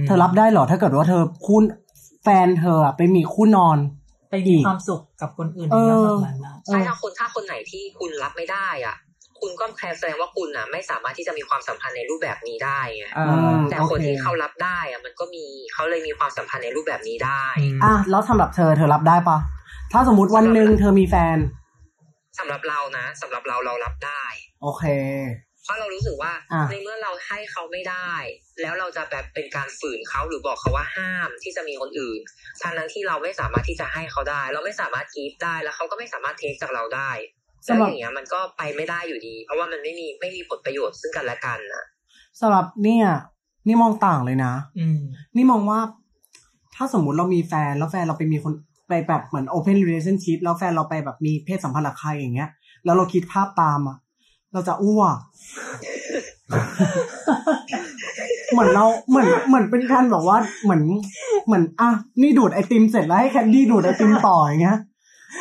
S1: ม
S4: เธอรับได้เหรอ ถ้าเกิดว่าเธอคู่แฟนเธออะไปมีคู่นอน
S1: ไปมีความสุขกับคนอื่นในเรื่องแบบนั้นนะ
S4: เอ
S3: ใช่
S4: อ
S3: ถ้าคนถ้าคนไหนที่คุณรับไม่ได้อ่ะ คุณก็แคร์แสดงว่าคุณอ่ะ ไม่สามารถที่จะมีความสัมพันธ์ในรูปแบบนี้ได้ไง
S2: เออ
S3: แต่คนที่เขารับได้อ่ะ มันก็มีเขาเลยมีความสัมพันธ์ในรูปแบบนี้ได้
S4: อ่ะแล้วสำหรับเธอเธอรับได้ปะถ้าสมมติวันหนึ่งเธอมีแฟน
S3: สำหรับเรานะสำหรับเราเรารับได้
S4: โอเค
S3: เพราะเรารู้สึกว่า
S4: อ่ะ
S3: ในเมื่อเราให้เขาไม่ได้ แล้วเราจะแบบเป็นการฝืนเขาหรือบอกเขาว่าห้ามที่จะมีคนอื่นทั้งนั้นที่เราไม่สามารถที่จะให้เขาได้ เราไม่สามารถกรีฟได้แล้วเขาก็ไม่สามารถเทคจากเราได้แล้ว
S4: สำหรับ
S3: อย่างเงี้ยมันก็ไปไม่ได้อยู่ดี เพราะว่ามันไม่มีไม่มีผลประโยชน์ซึ่งกันและกันนะ
S4: สำหรับเนี่ย นี่มองต่างเลยนะ
S1: อืม
S4: นี่มองว่า ถ้าสมมุติเรามีแฟนแล้วแฟนเราไปมีคนไปแบบเหมือน open relationship แล้วแฟนเราไปแบบมีเพศสัมพันธ์กับใครอย่างเงี้ย แล้วเราคิดภาพตามอ่ะ เราจะอ้วก <laughs> เหมือนเราเหมือนเหมือนเป็นการแบบว่าเหมือนเหมือนอ่ะนี่ดูดไอติมเสร็จแล้วให้แคนดี้ดูดไอติมต่ออย่างเงี้ย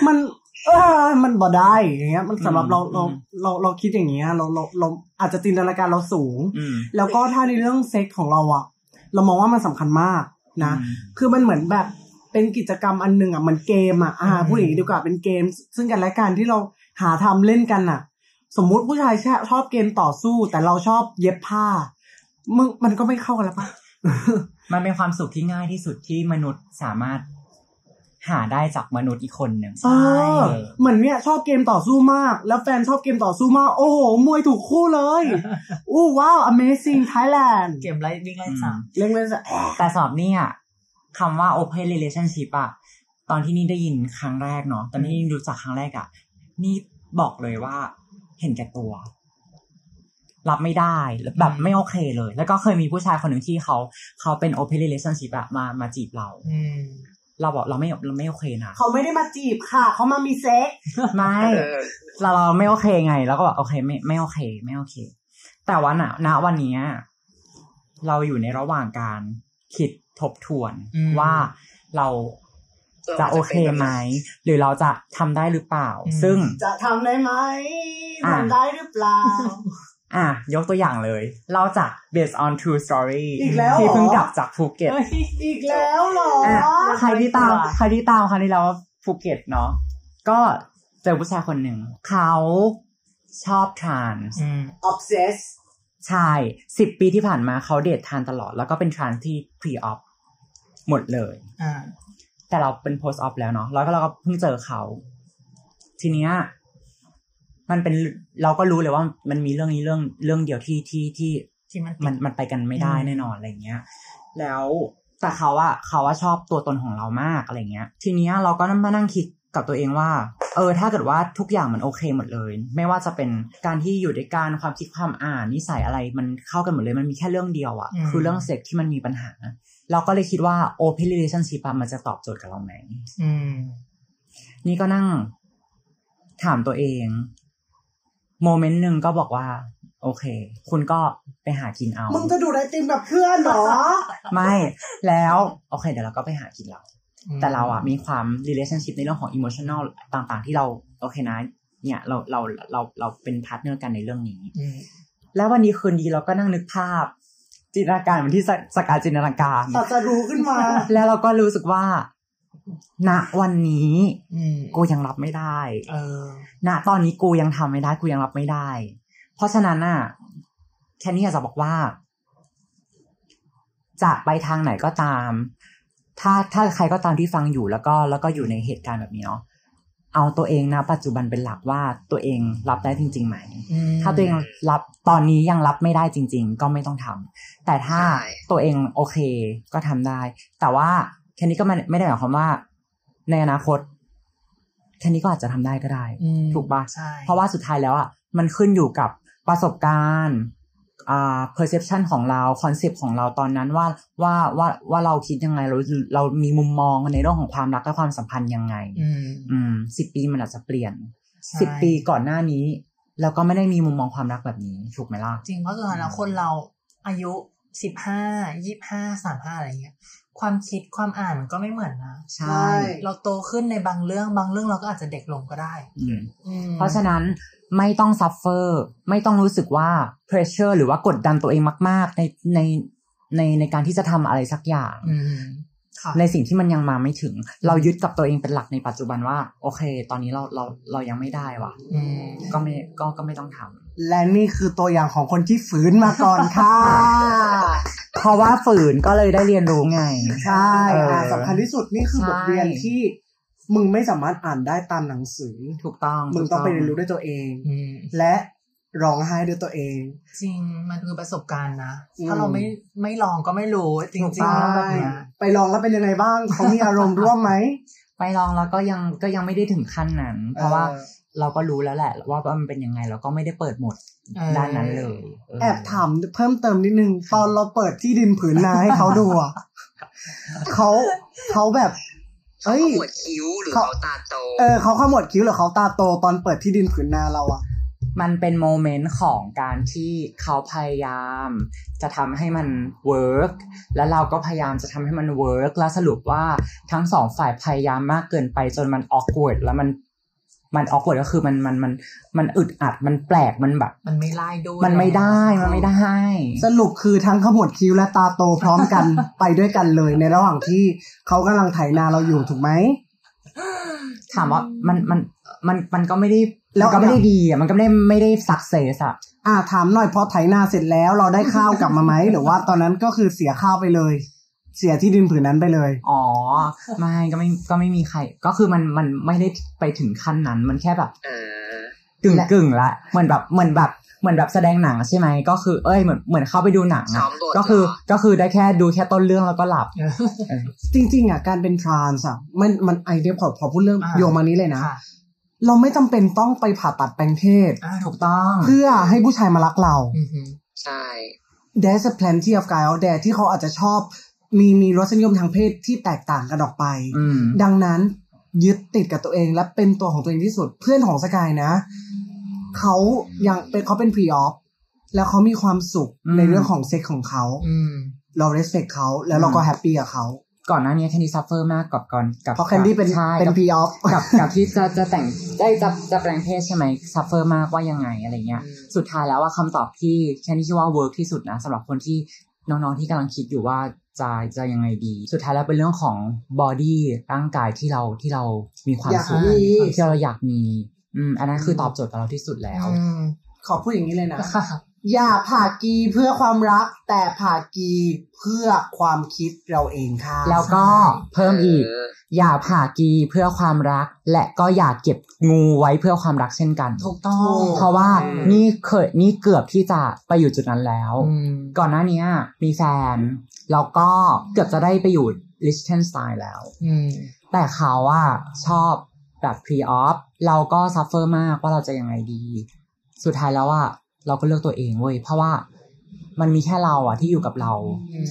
S4: มัน เออมันบ่ได้อย่างเงี้ย มันสำหรับเราเราเราเราคิดอย่างเงี้ยเราเราเราอาจจะจินตนาการเราสูง
S2: อืม
S4: แล้วก็ถ้าในเรื่องเซ็กของเราอะเรามองว่ามันสำคัญมากนะ
S2: อืม
S4: คือมันเหมือนแบบเป็นกิจกรรมอันหนึ่งอะเหมือนเกมอะอ่า
S1: อืม
S4: ผู้หญิงดีกว่าเป็นเกม ซึ่งกันและกันที่เราหาทำเล่นกันอะสมมุติผู้ชายชอบชอบเกมต่อสู้ แต่เราชอบเย็บผ้ามึงมันก็ไม่เข้ากันแล้วปะ
S2: มันเป็นความสุขที่ง่ายที่สุดที่มนุษย์สามารถหาได้จากมนุษย์อีกคนหนึ่ง
S4: เออเหมือนเนี่ยชอบเกมต่อสู้มาก แล้วแฟนชอบเกมต่อสู้มาก โอ้โหมวยถูกคู่
S2: <laughs>
S4: เลยอู้ว้าว Amazing Thailand
S1: เกมไล่วิ่งไล่จับ
S4: เล่นเล่นสะ
S2: แต่สอบเนี่ยคำว่า open relationship อะตอนที่นี่ได้ยินครั้งแรกเนาะตอนที่นี่รู้จักครั้งแรกอะนี่บอกเลยว่าเห็นแก่ตัว รับไม่ได้แบบไม่โอเคเลย แล้วก็เคยมีผู้ชายคนหนึ่งที่เขา เขาเป็น open relationship อะมามาจีบเรา
S1: อืม
S2: เราบอกเราไม่เราไม่โอเคนะ
S4: เขาไม่ได้มาจีบค่ะ เขามามีเซ็กซ์
S2: ไม่
S3: เออ
S2: เราเราไม่โอเคไง แล้วก็แบบโอเคไม่ไม่โอเค ไม่โอเค แต่วันอะณวันเนี้ยเราอยู่ในระหว่างการคิดทบทวน
S1: อืม
S2: ว่าเราจะโอเคไหม หรือเราจะทำได้หรือเปล่า ซึ่ง
S4: จะทำได้ไหม
S2: อ่ะ
S4: ทำได้หรือเปล่า
S2: อ่ะยกตัวอย่างเลย เราจาก based on true story
S4: อีกแล้วเหรอ
S2: ที่เพิ่งกลับจากภูเก็ต
S4: อีกแล้วเหรอ
S2: อ่ะใครที่ตาม
S4: น่กลัว
S2: ใครที่ตามครั้งที่แล้วภูเก็ตเนาะก็เจอผู้ชายคนหนึ่ง เขาชอบทาน
S1: อืม
S4: ออบเซส
S2: ใช่สิบปีที่ผ่านมาเขาเดททานตลอด แล้วก็เป็นทรานส์ที่ pre op หมดเลย
S1: อ่า
S2: แต่เราเป็น post op แล้วเนาะแล้วก็เราก็เพิ่งเจอเขา ทีเนี้ยมันเป็นเราก็รู้เลยว่ามันมีเรื่องนี้เรื่องเรื่องเดียวที่ที่ที่
S1: ที่มัน
S2: มันมันไปกันไม่ได้
S1: อืม
S2: แน่นอนอะไรเงี้ย แล้วแต่เขาอะเขาว่าชอบตัวตนของเรามากอะไรเงี้ย ทีเนี้ยเราก็มานั่งคิดกับตัวเองว่า เออ ถ้าเกิดว่าทุกอย่างมันโอเคหมดเลย ไม่ว่าจะเป็นการที่อยู่ด้วยกันความคิดความอ่านนิสัยอะไรมันเข้ากันหมดเลยมันมีแค่เรื่องเดียวอะ
S1: อืม
S2: คือเรื่องเซ็กที่มันมีปัญหา เราก็เลยคิดว่า open relationship อะมันจะตอบโจทย์กับเราไหม
S1: อืม
S2: นี่ก็นั่งถามตัวเอง โมเมนต์หนึ่งก็บอกว่า โอเค คุณก็ไปหากินเอา
S4: มึงจะดูดไอติมกับเพื่อนเห <laughs> รอ
S2: ไม่แล้วโอเค เดี๋ยวเราก็ไปหากินเรา แต่เราอ่ะมีความ relationship ในเรื่องของ emotional ต่างๆ ที่เราโอเคนะ เนี่ยเราเราเราเราเป็นพาร์ทเนอร์กันในเรื่องนี้
S1: อืม
S2: แล้ววันนี้คืนดีเราก็นั่งนึกภาพ จินตนาการเหมือนที่สกสกาจินตนาการ
S4: ตัดจะรู้ขึ้นมา
S2: แล้วเราก็รู้สึกว่าณวันนี้
S1: อืม
S2: กูยังรับไม่ได้
S1: เออ
S2: ณตอนนี้กูยังทำไม่ได้กูยังรับไม่ได้ เพราะฉะนั้นน่ะแค่นี้อยากจะบอกว่า จะไปทางไหนก็ตาม ถ้าถ้าใครก็ตามที่ฟังอยู่แล้วก็แล้วก็อยู่ในเหตุการณ์แบบนี้เนาะเอาตัวเองนะ ปัจจุบันเป็นหลักว่าตัวเองรับได้จริงๆไหม
S1: อืม
S2: ถ้าตัวเองรับตอนนี้ยังรับไม่ได้จริง ๆ ก็ไม่ต้องทำแต่ถ้า
S3: ใช่
S2: ตัวเองโอเคก็ทำได้ แต่ว่าแค่นี้ก็ไม่ไม่ได้หมายความว่า ในอนาคตแค่นี้ก็อาจจะทำได้ก็ได้
S1: อืม
S2: ถูกปะ
S1: ใช่
S2: เพราะว่าสุดท้ายแล้วอ่ะมันขึ้นอยู่กับประสบการณ์อ่า perception ของเรา concept ของเราตอนนั้นว่าว่าว่าว่าเราคิดยังไงเราเรามีมุมมองในเรื่องของความรักและความสัมพันธ์ยังไง
S1: อืม
S2: อืมสิบปีมันอาจจะเปลี่ยน
S1: ใช่
S2: สิบปีก่อนหน้านี้เราก็ไม่ได้มีมุมมองความรักแบบนี้ ถูกไหมล่ะ
S1: จริงเพราะสุดท้ายแล้วคนเราอายุสิบห้ายี่ห้าสามห้าอะไรเงี้ย ความคิดความอ่านมันก็ไม่เหมือนนะ
S2: ใช่
S1: เราโตขึ้นในบางเรื่องบางเรื่องเราก็อาจจะเด็กลงก็ได้
S2: อืม
S1: อืม
S2: เพราะฉะนั้นไม่ต้องซัฟเฟอร์ไม่ต้องรู้สึกว่า pressure หรือว่ากดดันตัวเองมาก ๆ ในในในในการที่จะทำอะไรสักอย่าง
S1: อืมค่ะ
S2: ในสิ่งที่มันยังมาไม่ถึง เรายึดกับตัวเองเป็นหลักในปัจจุบันว่า โอเค ตอนนี้เราเราเรายังไม่ได้ว่ะ
S1: อืม
S2: ก็ไม่ก็ก็ไม่ต้องทำ
S4: และนี่คือตัวอย่างของคนที่ฝืนมาก่อนค่ะ
S2: เพราะว่าฝืนก็เลยได้เรียนรู้ไง
S4: ใช่
S2: เออ
S4: อ่ะสำคัญที่สุดนี่คือ
S2: ใช่
S4: บทเรียนที่มึงไม่สามารถอ่านได้ตามหนังสือ
S2: ถูกต้อง
S4: มึงต้องไปเรียนรู้
S2: ด้วย
S4: ด้วยตัวเอง
S1: อืม
S4: และร้องไห้ด้วยตัวเอง
S1: จริงมันคือประสบการณ์นะ
S4: อืม
S1: ถ้าเราไม่ไม่ลองก็ไม่รู้จริงๆ
S4: ใช่
S1: แล้วแบบเนี้ย
S4: ไปลองแล้วเป็นยังไงบ้าง เขามีอารมณ์ร่วมไหม
S2: ไปลองแล้วก็ยังก็ยังไม่ได้ถึงขั้นนั้น เพราะว่า
S4: ออ
S2: เราก็รู้แล้วแหละว่าว่ามันเป็นยังไงเราก็ไม่ได้เปิดหมด
S1: เออ
S2: ด้านนั้นเลยเ
S4: แอบถามเพิ่มเติมนิดนึง ตอนเราเปิดที่ดินผืนนาให้เขาดู
S1: <laughs>
S4: อะเขาเขาแบบ เอ้ย
S3: ปวดคิ้วหรือเขาตาโต
S4: เออเขาขมวดคิ้วหรือเขาตาโตตอนเปิดที่ดินผืนนาเราอะ
S2: มันเป็นโมเมนต์ของการที่เขาพยายาม จะทำให้มันเวิร์กแล้วเราก็พยายามจะทำให้มันเวิร์กแล้วสรุปว่าทั้งสองฝ่ายพยายามมากเกินไปจนมันออกเวิร์ดแล้วมันมันออกเวิร์ดก็คือมันมันมันมันอึดอัดมันแปลกมันแบบ
S1: มันไม่ไล่ด้วย
S2: มันไม่ได้มันไม่ได้
S4: สรุปคือทั้งขมวดคิ้วและตาโตพร้อมกัน <laughs> ไปด้วยกันเลยในระหว่างที่เขากำลังไถนาเราอยู่ถูกไหม
S2: ถามว่ามันมันมันมันก็ไม่ได้
S4: แล้ว
S2: มันก็ไม่ได้ดีอ่ะมันก็ไม่ได้ไม่ได้สักเซสอ่ะ
S4: อ่าถามหน่อยพอไถนาเสร็จแล้วเราได้ข้าวกลับมาไหม <laughs> หรือว่าตอนนั้นก็คือเสียข้าวไปเลย เสียที่ดินผืนนั้นไปเลย
S2: อ๋อไม่ก็ไม่ก็ไม่มีใคร ก็คือมันมันไม่ได้ไปถึงขั้นนั้น มันแค่แบบ
S3: เออ
S2: กึ่งกึ่งๆละเหมือนแบบเหมือนแบบเหมือนแบบแสดงหนังใช่ไหมก็คือเอ้ยเหมือนเหมือนเข้าไปดูหนัง
S3: ซ้
S2: อะ
S3: อมบท
S2: ก็คือก็คือได้แค่ดูแค่ต้นเรื่องแล้วก็หลับ
S4: จริง ๆอ่ะการเป็นทรานส์อ่ะมันมันไอเดียขอขอพูดเรื่อง
S1: อ่า
S4: โยงมานี้เลยนะ
S1: ค่ะ
S4: เราไม่จำเป็นต้องไปผ่าตัดแปลงเพศ
S1: อ่าถู
S2: ถู
S1: ก
S2: กต้อง
S4: เพื่อให้ผู้ชายมารักเรา
S1: อือหือ
S3: ใช่
S4: there's a plenty of guy out there ที่เขาอาจจะชอบ มีมีรสนิยมทางเพศที่แตกต่างกันออกไป
S6: อืม
S4: ดังนั้นยึดติดกับตัวเองและเป็นตัวของตัวเองที่สุดเพื่อนของสกายนะ เขายังเป็นเขาเป็นพรีออฟแล้วเขามีความสุข
S6: อืม
S4: ในเรื่องของเซ็กของเขา
S6: อืม
S4: เราเรสเ c คเขาแล้วเราก็แฮปปี้กับเขา
S7: ก่อนหน้านี้แคนดี้ซัฟเฟอร์มากกับก่อนกับ
S4: เพราะแคนดี้เป็น
S7: ใช่
S4: เป็น
S7: กับ
S4: พรีออฟ
S7: กับกับที่จะจะแต่งได้จะจะแปลงเพศใช่ไหมซัฟเฟอร์มากว่ายังไงอะไรเงี้ย สุดท้ายแล้วว่าคำตอบที่แคนดี้คิดว่าเวิร์กที่สุดนะสำหรับคนที่น้องๆที่กำลังคิดอยู่ว่าจะจะยังไงดี สุดท้ายแล้วเป็นเรื่องของบอดี้ร่างกายที่เราที่เรามีความ
S4: อย <laughs> าก
S7: สุข
S4: มี
S7: ที่เราอยากมีอืมอันนั้นคือตอบโจทย์กับเราที่สุดแล้ว
S4: ขอพูดอย่างนี้เลยนะ อย่าผ่ากีเพื่อความรัก แต่ผ่ากีเพื่อความคิดเราเองค่ะ
S7: แล้วก็เพิ่มอีก
S3: เ
S7: อย่าผ่ากีเพื่อความรัก และก็อย่าเก็บงูไว้เพื่อความรักเช่นกัน
S4: ถูกต้อง
S7: เพราะว่า
S8: อืม
S7: นี่เคยนี่เกือบที่จะไปอยู่จุดนั้นแล้ว ก่อนหน้านี้มีแฟน แล้วก็เกือบจะได้ไปอยู่ลิชเทนสไตน์แล้ว แต่เขาอะชอบแบบพรีออฟเราก็ซัฟเฟอร์มากว่าเราจะยังไงดี สุดท้ายแล้วอะเราก็เลือกตัวเองเว้ยเพราะว่ามันมีแค่เราอะที่อยู่กับเรา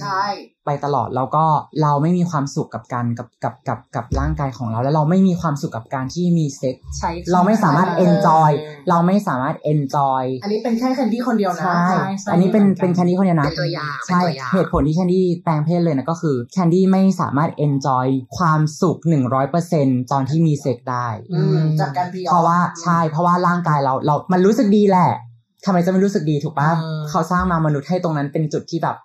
S4: ใช่
S7: ไปตลอดแล้วก็เราไม่มีความสุขกับการกับกับกับกับร่างกายของเรา แล้วเราไม่มีความสุขกับการที่มีเซ็กซ์
S4: ใช้คำ
S7: เราไม่สามารถ
S4: นั้น
S7: เอนจอย
S4: เออ
S7: เราไม่สามารถเอนจอย
S4: อันนี้เป็นแค่แคนดี้คนเดียวนะ
S7: ใช่
S1: ใช่ใช่
S7: อันนี้เป็น
S1: เหมือนกัน
S7: เป็นแคนดี้คนเดียวนะ
S3: เป็นตัวอย่าง
S7: ใช่
S3: เป็นตัวอย่าง
S7: เหตุผลที่แคนดี้แปลงเพศเลยนะก็คือแคนดี้ไม่สามารถเอนจอยความสุขหนึ่งร้อยเปอร์เซ็นตอนที่มีเซ็กซ์ได้
S4: อืมจากการพีออฟ
S7: เพราะว่าใช่เพราะว่าร่างกายเราเรา มันรู้สึกดีแหละทำไมจะไม่รู้สึกดีถูกปะ
S4: เออ
S7: เขาสร้างมามนุษย์ให้ตรงนั้นเป็นจุดที่แบบ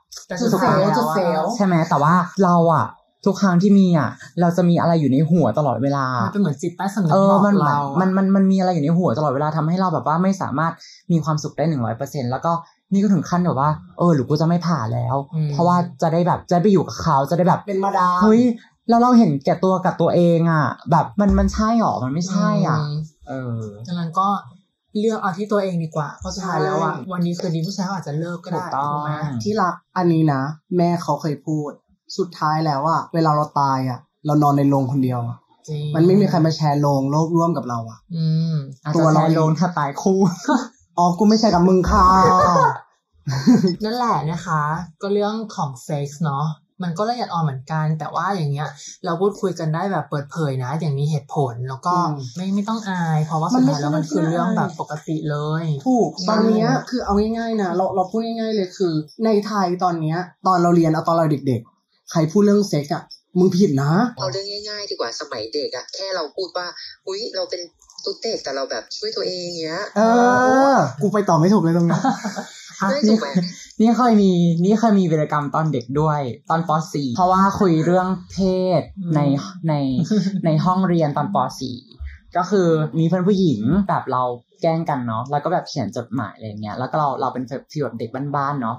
S4: จุดเฟลจุดเฟล
S7: ใช่ไหมแต่ว่าเราอะทุกครั้งที่มีอะเราจะมีอะไรอยู่ในหัวตลอดเวลา
S1: มันเป็นเหมือนจิตใต้สำนึก
S7: เออ
S1: บอก
S7: มันแบบ
S1: เรา
S7: มันมันมันมีอะไรอยู่ในหัวตลอดเวลาทำให้เราแบบว่าไม่สามารถมีความสุขได้หนึ่งร้อยเปอร์เซ็นแล้วก็นี่ก็ถึงขั้นแบบว่า เออหรือกูจะไม่ผ่าแล้ว
S1: อืม
S7: เพราะว่าจะได้แบบจะไปอยู่กับเขาจะได้แบบ
S4: เป็นมาดาม
S7: เฮ้ยแล้วเราเห็นแก่ตัวกับตัวเองอะแบบมันมันใช่หรอมันไม่ใช่อ่ะ
S1: ม
S7: เออ
S1: ดังนั้นก็เลือกเอาที่ตัวเองดีกว่า เพราะสุดท้ายแล้วอ่ะ
S4: ใช่
S1: วันนี้คืนนี้ผู้ชายเขาอาจจะเลิกก็
S7: ถู
S1: ได้
S7: กต้อง
S1: ถูกไหม
S4: ที่รักอันนี้นะ แม่เขาเคยพูด สุดท้ายแล้วอะเวลาเราตายอะเรานอนในโรงคนเดียวอะ
S1: จริง
S4: มันไม่มีใครมาแชร์โรงโลกร่วมกับเราอะ
S1: อืม
S7: อาจ
S4: ตั
S7: จะ
S4: วเรา
S7: แซนโลนถ้าตายคู่
S4: อ๋อกูไม่ใช่กับมึง
S7: <laughs>
S4: ค่ะ
S1: นั่นแหละนะคะ ก็เรื่องของเซ็กส์เนาะมันก็ละเอียดอ่อนเหมือนกัน แต่ว่าอย่างเงี้ย เราพูดคุยกันได้แบบเปิดเผยนะ อย่างมีเหตุผลแล้วก็
S4: อืม
S1: ไม่ไม่ต้องอาย เพราะว่า
S4: มั
S1: สุ
S4: น
S1: ด
S4: ไม่
S1: ท้ายแล้วมัน
S4: ใช่
S1: คือ
S4: เรื่อง
S1: เรื่องแบ
S4: อา
S1: บ
S4: ย
S1: ปกติเลย
S4: ถูก ตอนเนี้ย
S1: อืม
S4: คือเอาง่ายๆนะเราเราพูดง่ายๆเลยคือ ในไทยตอนเนี้ย ตอนเราเรียนเอาตอนเราเด็กๆ ใครพูดเรื่องเซ็กอะมึงผิดนะ
S3: เอาเรื่องง่ายๆดีกว่าสมัยเด็กอะแค่เราพูดว่าอุ้ยเราเป็นตุ๊ดเด็กแต่เราแบบช่วยตัวเองเงี้ย
S4: เออ กูไปต่อไม่ถูกเลยตรงเนี้ย
S3: ได้ถูกไหม
S7: นี่เคยมีนี่เคยมีวีรกรรมตอนเด็กด้วย ตอนป .4 เพราะว่าคุยเรื่องเพศ
S1: อืม
S7: ในใน
S1: <laughs>
S7: ในห้องเรียนตอนป .4 ก็คือมีเพื่อนผู้หญิงแบบเราแกล้งกันเนาะแล้วก็แบบเขียนจดหมายอะไรเงี้ยแล้วก็เราเราเป็นฟีลแบบเด็กบ้านๆเนาะ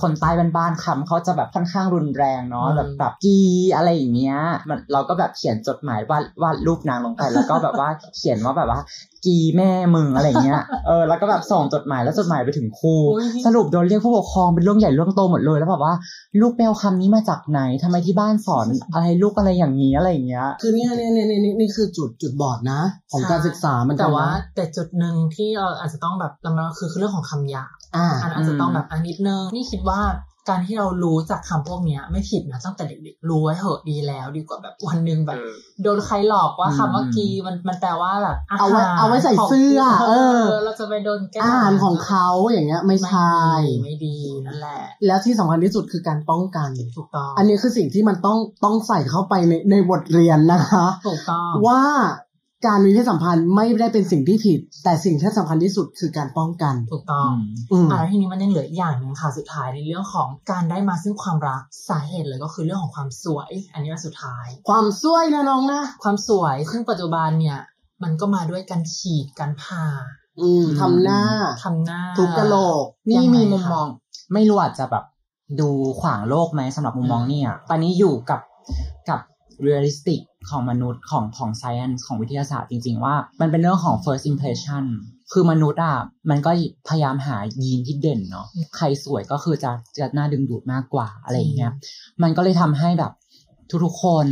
S7: คนใต้บ้านๆคำเขาจะแบบค่อนข้างรุนแรงเนาะแบบแบบกีอะไรอย่างเงี้ยมันเราก็แบบเขียนจดหมายวาดวาดรูปนางลงไปแล้วก็แบบว่าเขียนว่าแบบว่า กีแม่มึงอะไรเงี้ย เออ แล้วก็แบบส่งจดหมายแล้วจดหมายไปถึงครู
S1: อุ๊ย
S7: สรุปโดนเรียกผู้ปกครองเป็นเรื่องใหญ่เรื่องโตหมดเลย แล้วแบบว่าลูกแมวคำนี้มาจากไหนทำไมที่บ้านสอน อะไรลูกอะไรอย่างนี้อะไรอย่างเงี้ย
S4: คือเนี่ยเนี่ยเนี่ยเนี่ยนี่คือจุดจุดบอดนะ ของการศึกษามัน
S1: แต่
S4: กันนะ
S1: ว่าแต่จุดหนึ่งที่เราอาจจะต้องแบบเรามาคือคือเรื่องของคำหยาบ
S4: อ่า
S1: อันอาจจะต้องแบบอันนิดนึงนี่คิดว่าการที่เรารู้จากคำพวกเนี้ย ไม่ผิดนะตั้งแต่เด็กๆรู้ไว้เหอะดีแล้ว ดีกว่าแบบวันหนึ่งแบบ โดนใครหลอกว่า
S7: อืม
S1: คำว่ากีมันมันแปลว่าแบบหร
S4: เอาไว้เอาไว้ใส่เสื้อ
S1: ขง
S4: เออ
S1: เราจะไปโดนแกล้
S4: อาหารของเขาอย่างเงี้ย ไม่ใช่
S1: ไม่ดีไม่ดีนั่นแหละ
S4: แล้วที่สำคัญที่สุดคือการป้องกัน
S1: ถูกต้อง
S4: อันนี้คือสิ่งที่มันต้องต้องใส่เข้าไปในในบทเรียนนะคะ
S1: ถูกต้อง
S4: ว่าการมีเพศสัมพันธ์ไม่ได้เป็นสิ่งที่ผิด แต่สิ่งที่สำคัญที่สุดคือการป้องกัน
S1: ถูกต้อง
S4: อืม
S1: อ่ะแล้วทีนี้มันยังเหลืออีกอย่างหนึ่งค่ะสุดท้ายในเรื่องของการได้มาซึ่งความรักสาเหตุเลยก็คือเรื่องของความสวย อันนี้ว่าสุดท้าย
S4: ความซวยนะน้องนะ
S1: ความสวยซึ่งปัจจุบันเนี่ย มันก็มาด้วยการฉีดการผ่า
S4: อืมทำหน้า
S1: ทำหน้า
S4: ทุบกระโหลก
S7: นี่มีมุ
S1: ยั
S7: ม
S1: งไงคะ
S7: มอง ไม่รู้อาจจะแบบดูขวางโลกไหมสำหรับมุมมองเนี่ยตอนนี้อยู่กับกับเรียลลิสติกของมนุษย์ของของ science ของวิทยาศาสตร์จริงๆว่า มันเป็นเรื่องของ first impression คือมนุษย์อ่ะมันก็พยายามหายีนที่เด่นเนาะใครสวยก็คือจะจะน่าดึงดูดมากกว่าอะไรอย่างเงี้ย มันก็เลยทำให้แบบทุกๆคน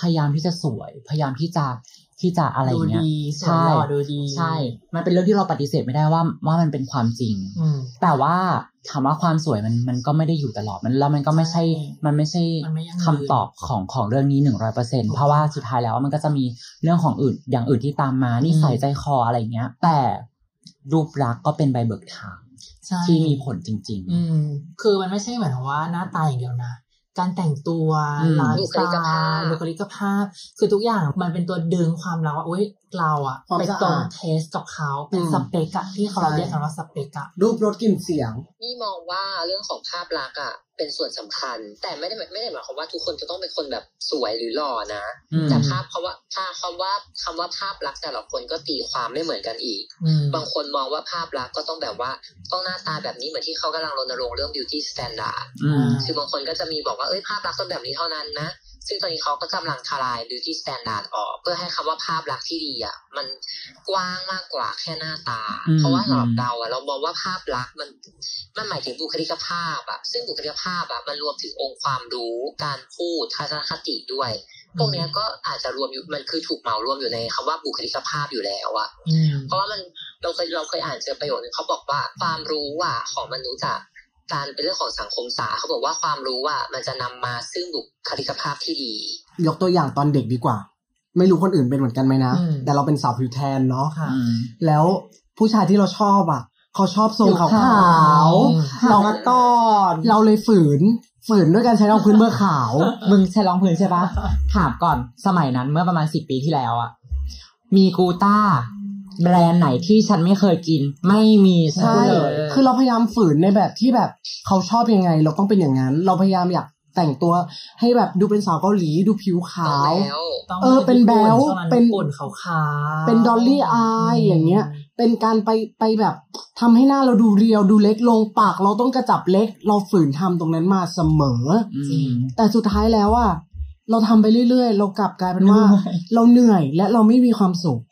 S7: พยายามที่จะสวย พยายามที่จะ ที่จะอะไรอย่างเงี้ย
S1: ดูดีสวย
S7: ใช่
S1: หล่อดูดี
S7: ใช่ มันเป็นเรื่องที่เราปฏิเสธไม่ได้ว่าว่ามันเป็นความจริง
S1: อืม
S7: แต่ว่าถามว่าความสวยมันมันก็ไม่ได้อยู่ตลอดมันแล้วมันก็ไม่ใช่
S1: ใช่
S7: มันไม่ใช่
S1: มันไม่ยั่งยืน
S7: คำตอบของของเรื่องนี้หนึ่งร้อยเปอร์เซ็นเพราะว่าสุดท้ายแล้วมันก็จะมีเรื่องของอื่นอย่างอื่นที่ตามมานิสัย
S1: อืม
S7: ใจคออะไรเงี้ย แต่รูปลักษณ์ก็เป็นใบเบิกทาง
S1: ใช่
S7: ที่มีผลจริง
S1: อืม คือมันไม่ใช่เหมือนว่าหน้าตาอย่างเดียวนะ การแต่งตัว
S7: อืม
S1: ไลฟ์สไต
S3: บุคลิกภาพ
S1: ล์บุคลิกภาพ คือทุกอย่างมันเป็นตัวดึงความเราว่าอุ้ยเราอะ
S4: ความ
S1: ไป
S4: สะอาด
S1: ตรงเทสกับเขาเป็น
S4: อืม
S1: สเปกอะที่เขา
S4: ใช่
S1: เรียกกันว่าสเปกอะ
S4: รูปรสกลิ่นเสียง
S3: นี่มองว่าเรื่องของภาพลักษณ์อะเป็นส่วนสำคัญ แต่ไม่ได้หมายไม่ได้หมายความว่าทุกคนจะต้องเป็นคนแบบสวยหรือหล่อนะ
S7: ๆอืม
S3: แต่ภาพคำว่าภาพคำว่าคำว่าภาพลักษณ์แต่ละคนก็ตีความไม่เหมือนกันอีก
S1: อืม
S3: บางคนมองว่าภาพลักษณ์ก็ต้องแบบว่าต้องหน้าตาแบบนี้เหมือนที่เขากำลังรณรงค์เรื่อง beauty standard
S7: อืม
S3: คือบางคนก็จะมีบอกว่าเอ้ยภาพลักษณ์ต้องแบบนี้เท่านั้นนะ ซึ่งตอนนี้เขาก็กำลังทลาย beauty standard ออก เพื่อให้คำว่าภาพลักษณ์ที่ดีอ่ะมันกว้างมากกว่าแค่หน้าตา
S7: อืม
S3: เพราะว่าสำหรับเราอ่ะเรามองว่าภาพลักษณ์มันมันหมายถึงบุคลิกภาพอ่ะซึ่งบุคลิกภาพอ่ะมันรวมถึงองค์ความรู้การพูดทัศนคติด้วย พวกเนี้ยก็อาจจะรวมอยู่มันคือถูกเหมารวมอยู่ในคำว่าบุคลิกภาพอยู่แล้วอ่ะ เพราะว่ามันเราเคยเราเคยอ่านเจอประโยคนึงเขาบอกว่าความรู้อ่ะของมนุษย์อะการเป็นเรื่องของสังคมศาสตร์เขาบอกว่าความรู้อ่ะมันจะนำมาซึ่งบุคลิกภาพที่ดี
S4: ยกตัวอย่างตอนเด็กดีกว่า ไม่รู้คนอื่นเป็นเหมือนกันไหมนะ
S1: อืม
S4: แต่เราเป็นสาวผิวแทนเนาะ
S1: ค่ะ
S7: อืม
S4: แล้วผู้ชายที่เราชอบอ่ะ เขาชอบทรงขาว
S7: ผิว
S4: ขา
S7: ขาว ว
S4: เราก็ต้อนเราเลยฝืน ฝืนด้วยการใช้รองพื้นเบอร์ขาว
S7: มึงใช้รองพื้นใช่ปะถามก่อนสมัยนั้นเมื่อประมาณสิบปีที่แล้วอะมีกูต้า แบรนด์ไหนที่ฉันไม่เคยกิน ไม่มีสัก
S4: ใช่
S7: เลย
S4: คือเราพยายามฝืนในแบบที่แบบเขาชอบยังไง เราต้องเป็นอย่างนั้น เราพยายามอยากแต่งตัวให้แบบดูเป็นสาวเกาหลีดูผิว
S3: ต้
S4: ขา
S3: อง
S4: ว
S3: แล้ว
S1: ต้อง
S4: เออเป็นแบ๊ว
S1: ช่งนั้น
S4: เป็น
S1: ญี่ปุ่นขาวๆ
S4: เป็นดอลลี่อายอย่างเงี้ย เป็นการไปไปแบบทำให้หน้าเราดูเรียวดูเล็กลงปาก เราต้องกระจับเล็ก เราฝืนทำตรงนั้นมาเสมอ
S7: อืม
S4: แต่สุดท้ายแล้วอ่ะเราทำไปเรื่อย ๆ เรากลับกลายเป็นว่า
S7: เหนื่อย
S4: เราเหนื่อยและเราไม่มีความสุข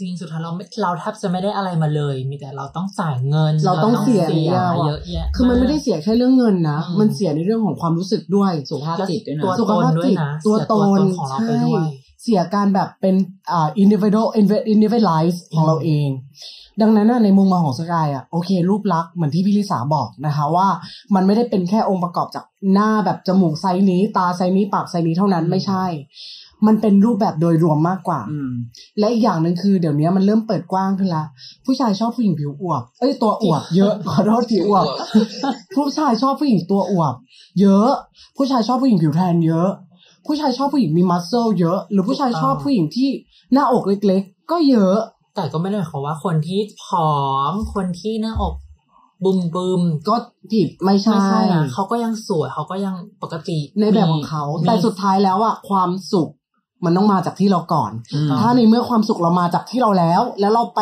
S1: จริงสุดท้ายเราไม่เราแทบจะไม่ได้อะไรมาเลย มีแต่เราต้องจ่ายเงิน
S4: เราต้องเสีย
S1: เย
S4: เยอะ
S1: อะแยะ
S4: คือมันไม่ได้เสียแค่เรื่องเงินนะ
S1: อืม
S4: มันเสียในเรื่องของความรู้สึกด้วย
S7: สุขภาพจิตด้วยนะ
S1: ตัว
S4: สุข
S1: ตน
S4: ภาพ
S1: ด้วย
S4: จิต
S1: นะ
S4: ตัวตน
S1: เสียตัวตนของเราไปด้วย
S4: เสียการแบบเป็นอ่า individual individualize ของเราเอง ดังนั้นน่ะในมุมมองของสกายอ่ะโอเค รูปลักษณ์เหมือนที่พี่ลิสาบอกนะคะว่า มันไม่ได้เป็นแค่องค์ประกอบจากหน้าแบบจมูกไซส์นี้ตาไซส์นี้ปากไซส์นี้เท่านั้นไม่ใช่ มันเป็นรูปแบบโดยรวมมากกว่า
S7: อืม
S4: และอีกอย่างหนึ่งคือเดี๋ยวนี้มันเริ่มเปิดกว้างขึ้นละผู้ชายชอบผู้หญิงผิวอวบเอ้ยตัวอวบเยอะ ขอโทษทีอ
S7: <laughs>
S4: วบ ผู้ชายชอบผู้หญิงตัวอวบ เยอะ ผู้ชายชอบผู้หญิงผิวแทนเยอะ ผู้ชายชอบผู้หญิงมีมัสเซลเยอะ หรือผู้ชายชอบผู้หญิงที่หน้าอกเล็กๆ ก็เยอะ
S1: แต่ก็ไม่ได้หมายความว่าคนที่ผอม คนที่หน้าอกบุมบุมๆ
S4: ก็ผิดไม่ใช่
S1: ไม่ใช่นะเขาก็ยังสวยเขาก็ยังปกติ
S4: ในแบบของเขา แต่สุดท้ายแล้วอะความสุขมันต้องมาจากที่เราก่อน
S7: อืม
S4: ถ้าในเมื่อความสุขเรามาจากที่เราแล้ว แล้วเราไป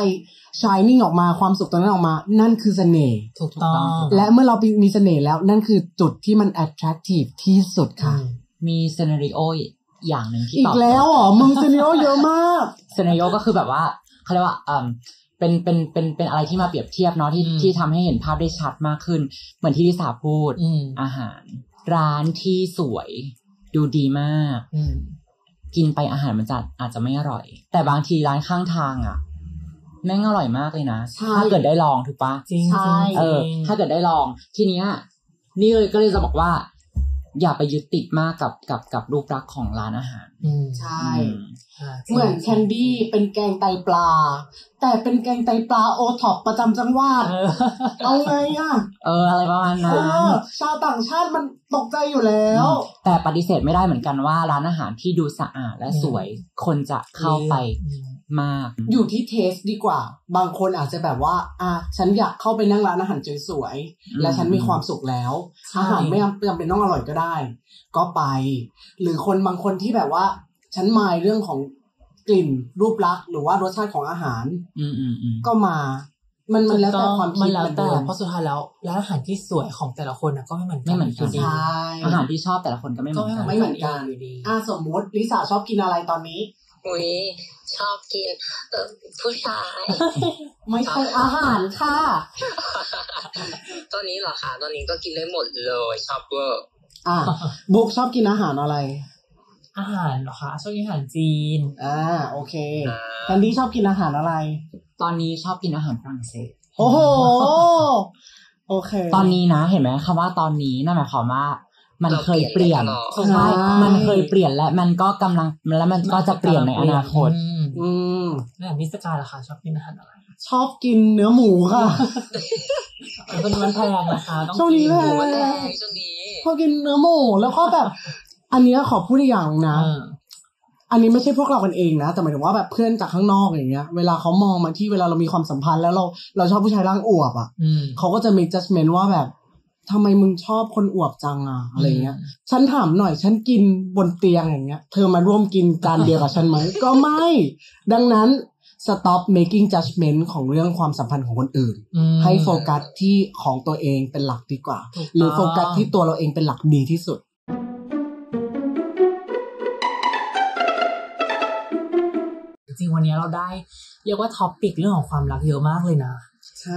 S4: ชายนิ่งออกมาความสุขตรงนั้นออกมา นั่นคือเสน่ห์
S1: ถูกต้อง
S4: และเมื่อเรามีเสน่ห์แล้วนั่นคือจุดที่มัน attractive ที่สุดค่ะ
S7: มีเซนาริโออย่างหนึ่งที่
S4: อี
S7: ตอกบ
S4: แล้วเหรอ มึงเซเนียเยอะมาก
S7: เซนาริโอก็คือแบบว่าเขาเรียกว่าเอมเป็นเป็นเป็นเป็นอะไรที่มาเปรียบเทียบเนาะที่
S1: อืม
S7: ที่ทำให้เห็นภาพได้ชัดมากขึ้น เหมือนที่ลิสาพูด
S1: อืม
S7: อาหาร ร้านที่สวยดูดีมาก
S1: อืม
S7: กินไปอาหารมันจะอาจจะไม่อร่อย แต่บางทีร้านข้างทางอ่ะแม่งอร่อยมากเลยนะ
S4: ใช่
S7: ถ้าเกิดได้ลองถูกปะ
S1: จริง
S4: ใช่
S1: จริง
S7: เออ ถ้าเกิดได้ลอง ทีเนี้ยนี่เลยก็เลยจะบอกว่า อย่าไปยึดติดมากกับกับกับรูปลักษณ์ของร้านอาหาร
S1: อืม
S4: ใช่
S7: อืม
S4: เหมือนแคนดี้เป็นแกงไตปลา แต่เป็นแกงไตปลาโอท็อปประจำจังหวัด
S1: เออ
S4: เอาไงอ่ะ
S7: เออ อะไรประมาณ
S4: เอ
S7: นั้น
S4: อชาวต่างชาติมันตกใจอยู่แล้ว
S7: แต่ปฏิเสธไม่ได้เหมือนกันว่าร้านอาหารที่ดูสะอาดและสวยคนจะเข้าไปมาก
S4: อยู่ที่เทสดีกว่า บางคนอาจจะแบบว่า อ่ะฉันอยากเข้าไปนั่งร้านอาหารสวย
S7: อื
S4: ๆ
S7: ม
S4: และฉันมีความสุขแล้ว
S1: ใช่
S4: อาหารไม่จำเป็นต้องอร่อยก็ได้ ก็ไป หรือคนบางคนที่แบบว่า ฉันมายเรื่องของกลิ่นรูปลักษณ์หรือว่ารสชาติของอาหาร
S7: อืมอืมอืม
S4: ก็มา มันมันแล้วแต่
S1: ถูกอง
S4: ความ
S1: มั
S4: คิด
S1: นแล้ว
S4: มัน
S1: แต่
S4: ดู
S1: เพราะสุดท้ายแล้วร้านอาหารที่สวยของแต่ละคนน่ะก็ไม่เหมือนกั
S7: ไม่เหมือนกัน
S1: ยู่ดี
S4: ใช่
S7: อาหารที่ชอบแต่ละคนก็ไม่เห
S1: ก็
S7: มือนกัน
S1: ไม่เหมือนกันอยู่ดี
S4: อ่ะสมมติลิซ่าชอบกินอะไรตอนนี้
S3: อุ้ยชอบกินเอ่อผู้
S7: <laughs>
S3: ชาย
S4: ไม่ใช่อาหาร
S1: <laughs>
S4: ค่ะ
S3: ตัวนี้เหรอคะตัวนี้ก็กินได้หมดเลยชอบเวอร์
S4: อ่ะบุ๊กชอบกินอาหารอะไร
S1: อาหารเหรอคะชอบกินอาหารจีน
S4: อ่าโอเคตอนนี้ชอบกินอาหารอะไร
S7: ตอนนี้ชอบกินอาหารฝรั่งเศส
S4: โอ้โห โอเค
S7: ตอนนี้นะเห็นไหมคำว่าตอนนี้นั่นหมายความว่า มันเคยเปลี่ยน
S3: เราเปลี่ยน
S7: ใช่
S4: ตลอด
S7: มันเคยเปลี่ยนและมันก็กำลังและมันก็จะเปลี่ยนในอนาคต
S1: อืม
S4: อืม
S1: แล้วอย่างพิสกาล่ะคะชอบกินอาหารอะไร
S4: ชอบกินเนื้อหมูค่ะ
S1: เป็นคนมันแพงนะคะต้อง
S4: ช่วงนี้แหละ
S1: กิ
S3: หมูมันแพงช่วงนี้
S4: ชอบกินเนื้อหมูแล้วก็แบบ อันเนี้ยขอพูดอีกอย่างหนึ่งนะ
S1: เออ
S4: อันนี้ไม่ใช่พวกเรากันเองนะแต่หมายถึงว่าแบบเพื่อนจากข้างนอกอย่างเงี้ย เวลาเขามองมาที่เวลาเรามีความสัมพันธ์แล้วเราเราชอบผู้ชายร่างอวบอ่ะ
S1: อืม
S4: เขาก็จะมี judgment ว่าแบบทำไมมึงชอบคนอวบจังอ่ะอะไรเงี้ย ฉันถามหน่อย ฉันกินบนเตียงอย่างเงี้ย เธอมาร่วมกินจานเดียวกับฉัน
S1: <laughs>
S4: ไหม ก็ไม่ ดังนั้น stop making judgment ของเรื่องความสัมพันธ์ของคนอื่น
S1: อืม
S4: ให้โฟกัสที่ของตัวเองเป็นหลักดีกว่า
S1: ถูกต้อง
S4: หรือโฟกัสที่ตัวเราเองเป็นหลักดีที่สุด
S1: จริงๆวันนี้เราได้เรียกว่าท็อปิกเรื่องของความรักเยอะมากเลยนะ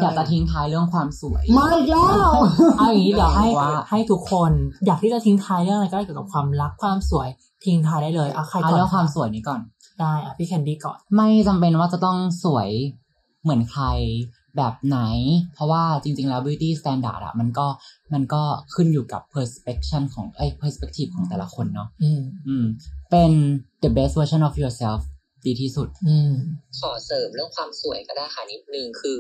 S7: อยากจะทิ้งท้ายเรื่องความสวย
S4: มาอี
S1: <laughs>
S4: กแล้ว
S1: เอาอย่างนี้เดี๋ยวให้
S7: ว่า
S1: ให้ทุกคนอยากที่จะทิ้งท้ายเรื่องอะไรก็ได้เกี่ยวกับความรักความสวยทิ้งท้ายได้เลยเอาใครก่
S7: เอา
S1: อน
S7: เรื่องความสวยนี้ก่อน
S1: ได้อ่ะพี่แคนดี้ก่อน
S7: ไม่จำเป็นว่าจะต้องสวยเหมือนใครแบบไหน เพราะว่าจริง ๆ แล้ว beauty standard อะมันก็มันก็ขึ้นอยู่กับ perception ของไอ้ย perspective ของแต่ละคนเนาะ
S1: อืม
S7: อืม เป็น the best version of yourself ดีที่สุด
S1: อืม
S3: ขอเสริมเรื่องความสวยก็ได้ค่ะนิดนึงคือ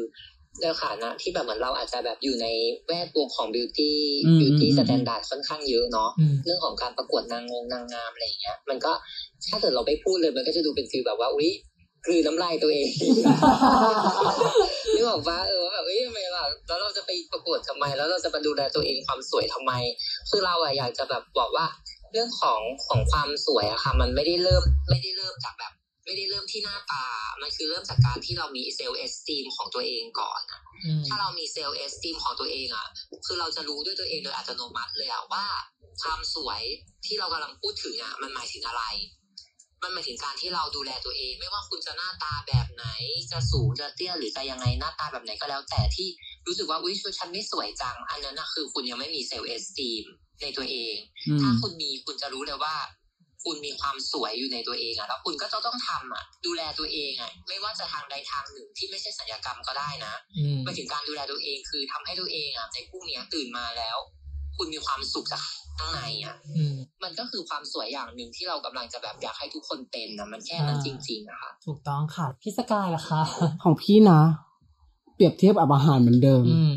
S3: ในฐานะที่แบบเหมือนเราอาจจะแบบอยู่ในแวดวงของบิวตี้
S7: อืม
S3: บิวตี้
S7: อืม
S3: สแตนดาร์ดค่อนข้างเยอะเนาะ
S1: อืม
S3: เรื่องของการประกวดนางงงนางงามอะไรอย่างเงี้ย มันก็ถ้าเกิดเราไปพูดเลยมันก็จะดูเป็นฟีลแบบว่าอุ๊ยกลืนน้ำลายตัวเอง นึกออกปะเออว่าแบบเอ้ยทำไมล่ะแล้วเราจะไปประกวดทำไม แล้วเราจะมาดูแลตัวเองความสวยทำไม คือเราอะอยากจะแบบบอกว่า เรื่องของของความสวยอะค่ะ มันไม่ได้เริ่มไม่ได้เริ่มจากแบบ ไม่ได้เริ่มที่หน้าตา มันคือเริ่มจากการที่เรามีเซลล์เอสตีมของตัวเองก่อนอะ
S1: อืม
S3: ถ้าเรามีเซลล์เอสตีมของตัวเองอะคือเราจะรู้ด้วยตัวเองโดยอัตโนมัติเลยอะว่า ความสวยที่เรากำลังพูดถึงอะมันหมายถึงอะไร มันหมายถึงการที่เราดูแลตัวเอง ไม่ว่าคุณจะหน้าตาแบบไหน จะสูงจะเตี้ยหรือจะยังไงหน้าตาแบบไหนก็แล้ว แต่ที่รู้สึกว่าอุ้ยฉันไม่สวยจัง อันนั้นนะคือคุณยังไม่มีเซลล์เอสตีมในตัวเอง
S7: อืม
S3: ถ้าคุณมีคุณจะรู้เลยว่า คุณมีความสวยอยู่ในตัวเองอะแล้วคุณก็จะต้องทำอะดูแลตัวเองอะไม่ว่าจะทางใดทางหนึ่งที่ไม่ใช่ศัลยกรรมก็ได้นะ
S1: อืม
S3: หมายถึงการดูแลตัวเองคือทำให้ตัวเองอ่ะในพรุ่งนี้ตื่นมาแล้ว คุณมีความสุขจากข้างในอ่ะ
S1: อืม
S3: มันก็คือความสวยอย่างหนึ่งที่เรากำลังจะแบบอยากให้ทุกคนเป็นนะมันแค่นั้น
S1: อ่า
S3: จริงๆอะค่ะ
S1: ถูกต้องค่ะพี่สกายล่ะคะ
S4: ของพี่นะ เปรียบเทียบกับอาหารเหมือนเดิม
S1: อืม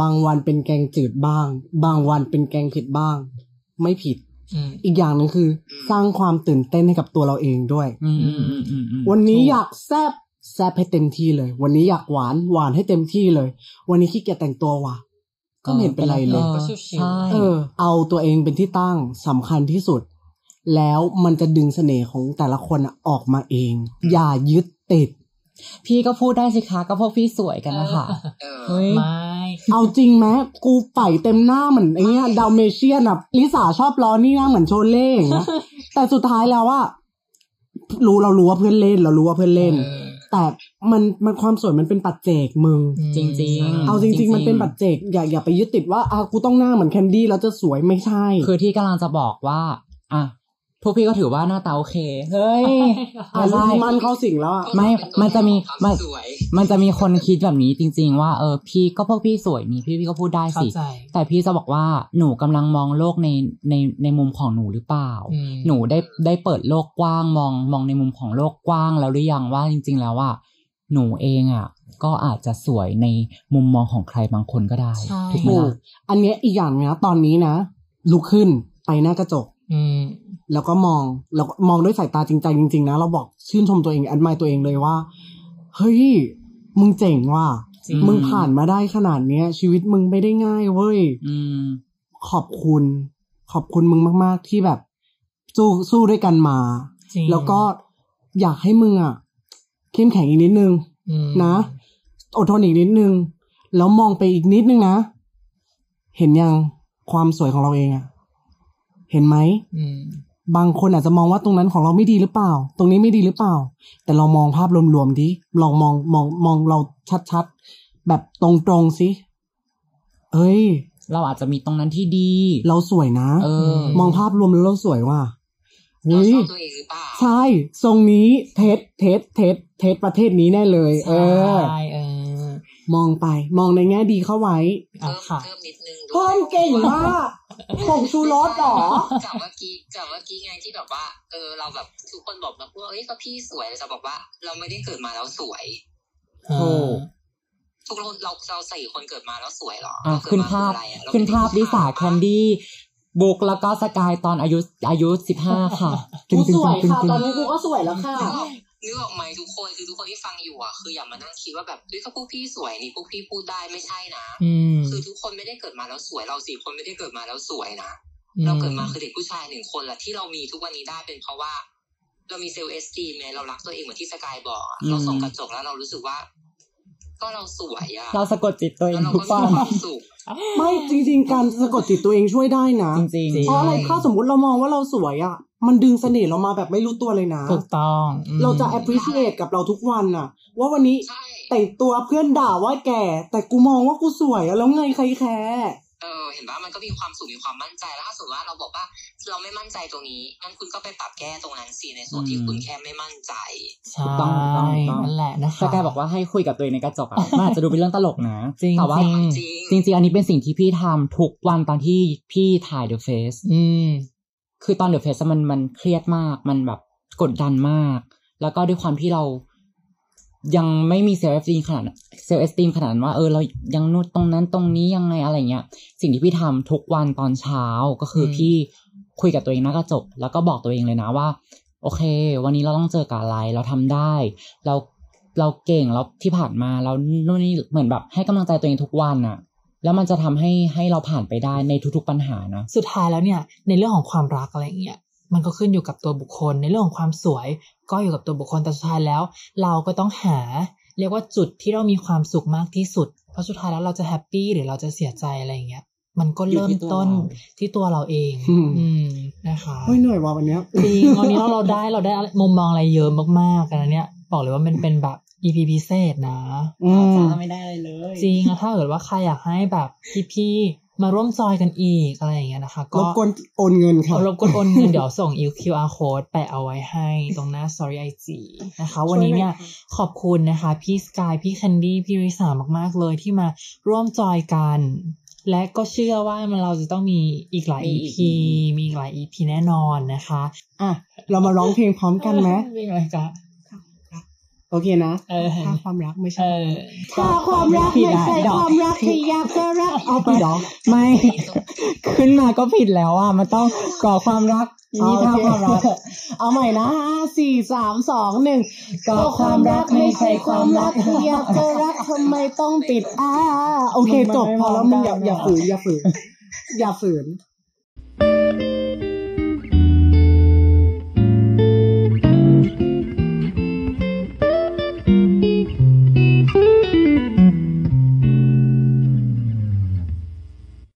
S4: บางวันเป็นแกงจืดบ้าง บางวันเป็นแกงเผ็ดบ้าง ไม่ผิด
S1: อืม
S4: อีกอย่างหนึ่งคือ สร้างความตื่นเต้นให้กับตัวเราเองด้วย
S7: อืมอืมอืมอืมอืม
S4: วันนี้อยากแซบแซบให้เต็มที่เลย วันนี้อยากหวานหวานให้เต็มที่เลย วันนี้ขี้เกียจแต่งตัวว่ะ ก็ไม่เห็นเป็นไรเลย
S7: ออ
S1: ก็ชิวๆ
S7: ใช่
S4: เออ เอาตัวเองเป็นที่ตั้งสำคัญที่สุด แล้วมันจะดึงเสน่ห์ของแต่ละคนน่ะออกมาเอง อย่ายึดติด
S7: พี่ก็พูดได้สิคะก็พวกพี่สวยกันนะคะ
S3: เออ
S7: เฮ้ย
S1: ไม่
S4: เอาจริงไหมกูใส่เต็มหน้าเหมือนไอ้เนี้ยดาวเมเชียนอ่ะลิสาชอบล้อนี่หน้าเหมือนโชเล่อย่างเงี้ยแต่สุดท้ายแล้วว่า รู้เรารู้ว่าเพื่อนเล่น เรารู้ว่าเพื่อนเล่น แต่มันมันความสวยมันเป็นปัจเจกมึง
S7: จริงๆ
S4: เอาจริง ๆ มันเป็นปัจเจกอย่าอย่าไปยึดติดว่าอากูต้องหน้าเหมือนแคนดี้แล้วจะสวยไม่ใช่
S7: คือที่กำลังจะบอกว่า อ่ะ พวกพี่ก็ถือว่าหน้าตาโอเค เฮ้ย
S4: อ่ะ
S7: ไม่ใช่
S4: รู้มันเข้าสิงแล้วอ่ะ
S7: ไม่มันจะมี
S3: ค
S7: ไม่
S3: วามสวย
S7: มันจะมีคนคิดแบบนี้จริง ๆ ว่าเออพี่ก็พวกพี่สวยนี่พี่พี่ก็พูดได้
S1: เข้า
S7: สิ
S1: ใจ
S7: แต่พี่จะบอกว่าหนูกำลังมองโลกในในในมุมของหนูหรือเปล่า
S1: อืม
S7: หนูได้ได้เปิดโลกกว้างมองมองในมุมของโลกกว้างแล้วหรือยังว่าจริง ๆ แล้วว่า หนูเองอ่ะ ก็อาจจะสวยในมุมมองของใครบางคนก็ได้
S1: ใช่
S7: ถูกไหม
S4: ถูก
S7: ล่ะ
S4: อันเนี้ยอีกอย่างนะตอนนี้นะลุกขึ้นไปหน้ากระจก
S1: อืม
S4: แล้วก็มองแล้วก็มองด้วยสายตาจริงใจจริง ๆ นะ เราบอกชื่นชมตัวเองอันมายตัวเองเลยว่า เฮ้ย มึงเจ๋งว่ะ
S1: จริง
S4: มึงผ่านมาได้ขนาดเนี้ย ชีวิตมึงไม่ได้ง่ายเว้ย
S7: อืม
S4: ขอบคุณ ขอบคุณมึงมาก ๆ ที่แบบสู้สู้ด้วยกันมา
S1: จริง
S4: แล้วก็อยากให้มึงอ่ะเข้มแข็งอีกนิดนึง
S1: อืม
S4: นะ อดทนอีกนิดนึง แล้วมองไปอีกนิดนึงนะ เห็นยังความสวยของเราเองอะเห็นไหม
S1: อืม
S4: บางคนอาจจะมองว่าตรงนั้นของเราไม่ดีหรือเปล่า ตรงนี้ไม่ดีหรือเปล่า แต่เรามองภาพรวมๆดิลองมองมองมองเราชัดๆ แบบตรงๆสิเอ้ย
S7: เราอาจจะมีตรงนั้นที่ดี
S4: เราสวยนะ
S7: เออ
S1: ม
S4: มองภาพรวมแล้วเราสวยว่ะ
S3: เรา
S4: อุ๊ย
S3: ชอบตัวเองหรือเปล่า
S4: ใช่ทรงนี้เทสเทสเทสเทสประเทศนี้แน่เลย เออ
S2: ใช่เออ
S4: มองไปมองในแง่ดีเข้าไว้
S2: อ่ะ
S3: เพิ่ม
S2: ค่ะ
S3: เพิ่มนิดนึงด้วย
S4: เพิ่มเก่งมากผงชูรสเหรอ
S3: จากเมื่อกี้จากเมื่อกี้ไงที่แบบว่า เออเราแบบทุกคนบอกนะว่าเอ้ยก็พี่สวยเราจะบอกว่า เราไม่ได้เกิดมาแล้วสวย
S2: เออ
S3: ทุกคนเราเราใส่คนเกิดมาแล้วสวยเหรอ
S7: อ่ะ
S3: เรเกิ
S7: ขึ้
S3: ด
S7: น
S3: ม
S7: ภาพ
S3: เพื่ออะไรอะเร
S7: ขึ้นภาพ
S3: ไม่
S7: ลิ
S3: ได้
S7: สาแคนดี้บุกแล้วก็สกายตอนอายุอายุสิบห้าค่ะ
S4: กูสวยค่ะ
S7: ตึงๆๆๆ
S4: ตอนนี้กูก็สวยแล้วค่ะ
S3: นึกออกนึกออกไหมทุกคนคือทุกคนที่ฟังอยู่อ่ะคืออย่ามานั่งคิดว่าแบบเฮ้ยก็พวกพี่สวยนี่พวกพี่พูดได้ไม่ใช่นะ
S2: อืม
S3: คือทุกคนไม่ได้เกิดมาแล้วสวย เราสี่คนไม่ได้เกิดมาแล้วสวยนะ
S2: อื
S3: เราเกิดมาคือเด็กผู้ชายหนึ่งคนแหละที่เรามีทุกวันนี้ได้เป็นเพราะว่า เรามีเซลล์เอสตีไงเรารักตัวเองเหมือนที่สกายบอกอะ
S7: อืม
S3: เราส่องกระจกแล้วเรารู้สึกว่า ก็เราสวยอะ
S7: เราสะกดจิตตัวเอ
S3: แล้
S7: ง
S3: วเรา
S7: ทุ
S3: ก็มี
S7: กวัน
S3: ความสุข
S4: ไม่จริง ๆ การสะกดจิตตัวเองช่วยได้นะ
S7: จริง
S4: เพราะอะไรถ้าสมมติเรามองว่าเราสวยอ่ะ มันดึงเสน่ห์เรามาแบบไม่รู้ตัวเลยนะ
S2: ถูกต้องอืม
S4: เราจะ appreciate กับเราทุกวันน่ะ ว่าวันนี้
S3: ใช่
S4: แต่งตัวเพื่อนด่าว่าแก่ แต่กูมองว่ากูสวยอะแล้วไงใครแคร์
S3: เออ เห็นว่ามันก็มีความสุขมีความมั่นใจแล้วถ้าสมมติว่าเราบอกว่า เราไม่มั่นใจตรงนี้งั้นคุณก็ไปปรับแก้ตรงนั้นสิในส่วนที่คุณแค่ไม่มั่นใจ
S2: ใช่
S7: ถูกต้องถูกต้องถูกต้อง
S2: นั่นแหละนะคะ
S7: สกายบอกว่าให้คุยกับตัวเองในกระจ
S2: <laughs>
S7: กอะมันอาจจะดูเป็นเรื่องตลกนะ
S2: จริง
S7: แต่ว่า
S2: จริง
S3: จริง
S7: จริง ๆ อันนี้เป็นสิ่งที่พี่ทำทุกวันตอนที่พี่ถ่ายเดอะเฟส
S2: อืม
S7: คือตอนเดอะเฟสมันมันเครียดมาก มันแบบกดดันมาก แล้วก็ด้วยความที่เรายังไม่มีเซลล์เอสตีมขนาดเซลล์เอสตีมขนาดว่าเออเรายังนู่นตรงนั้นตรงนี้ยังไงอะไรเงี้ย สิ่งที่พี่ทำทุกวันตอนเช้าก็คืออ
S2: ม
S7: พี่คุยกับตัวเองหน้ากระจก แล้วก็บอกตัวเองเลยนะว่า โอเค วันนี้เราต้องเจอกับอะไรเราทำได้ เราเราเก่งเราที่ผ่านมาเรานู่นนี่เหมือนแบบให้กำลังใจตัวเองทุกวันน่ะ แล้วมันจะทำให้ให้เราผ่านไปได้ในทุกๆปัญหานะ
S1: สุดท้ายแล้วเนี่ยในเรื่องของความรักอะไรอย่างเงี้ยมันก็ขึ้นอยู่กับตัวบุคคล ในเรื่องของความสวย ก็อยู่กับตัวบุคคลแต่สุดท้ายแล้ว เราก็ต้องหา เรียกว่าจุดที่เรามีความสุขมากที่สุด เพราะสุดท้ายแล้วเราจะแฮปปี้หรือเราจะเสียใจอะไรอย่างเงี้ยมันก็เริ่มต้นที่ตัวเราเอง
S4: อืม
S1: อืมนะคะ
S4: เฮ้ยเหนื่อยว่ะวันเนี้ย
S1: จริงวันนี้เราเราได้เราได้อะไรมุมมองอะไรเยอะมากๆกันนะเนี่ยบอกเลยว่ามันเป็นแบบ EP พิเศษนะ
S4: อืม
S7: ไม่ได้เลย
S1: จริงอะถ้าเกิดว่าใครอยากให้แบบพี่ๆมาร่วมจอยกันอีกอะไรอย่างเงี้ยนะคะ
S4: ร
S1: ก็
S4: บกวนโอนเงินค่ะ
S1: เอารบกวนโอนเงินเดี๋ยวส่ง QR code แปะเอาไว้ให้ตรงหน้า Story IG นะคะ วันนี้เนี่ยขอบคุณนะคะ พี่สกายพี่แคนดี้พี่ริสามากๆเลยที่มาร่วมจอยกัน และก็เชื่อว่ามันเราจะต้องมีอีกหลาย
S7: มีอี
S1: EP
S7: ก
S1: มีอีกหลาย EP แน่นอนนะคะ
S4: อ่ะ เรามาร้องเพลงพร้อมกันไหม
S1: มีอะไรกะ
S4: โอเคนะ
S1: เออ
S4: ค่าความรักไม่
S1: เอ
S4: ใช่
S1: อ
S4: ค่าความรักไม่ใช่ความรักที่อยากจะรักเอาไปดอก
S7: ไม่ ขึ้นมาก็ผิดแล้วอ่ะ มันต้องก่อความรักนี่ทำความรัก
S4: เอาใหม่นะห้าสี่สามสองหนึ่งก็ความรักไม่ใช่ความรักที่อยากจะรักทำไมต้องปิดอ่าโอเคจบพอแล้วมึงอย่าอย่าฝืนอย่าฝืนอย่าฝืน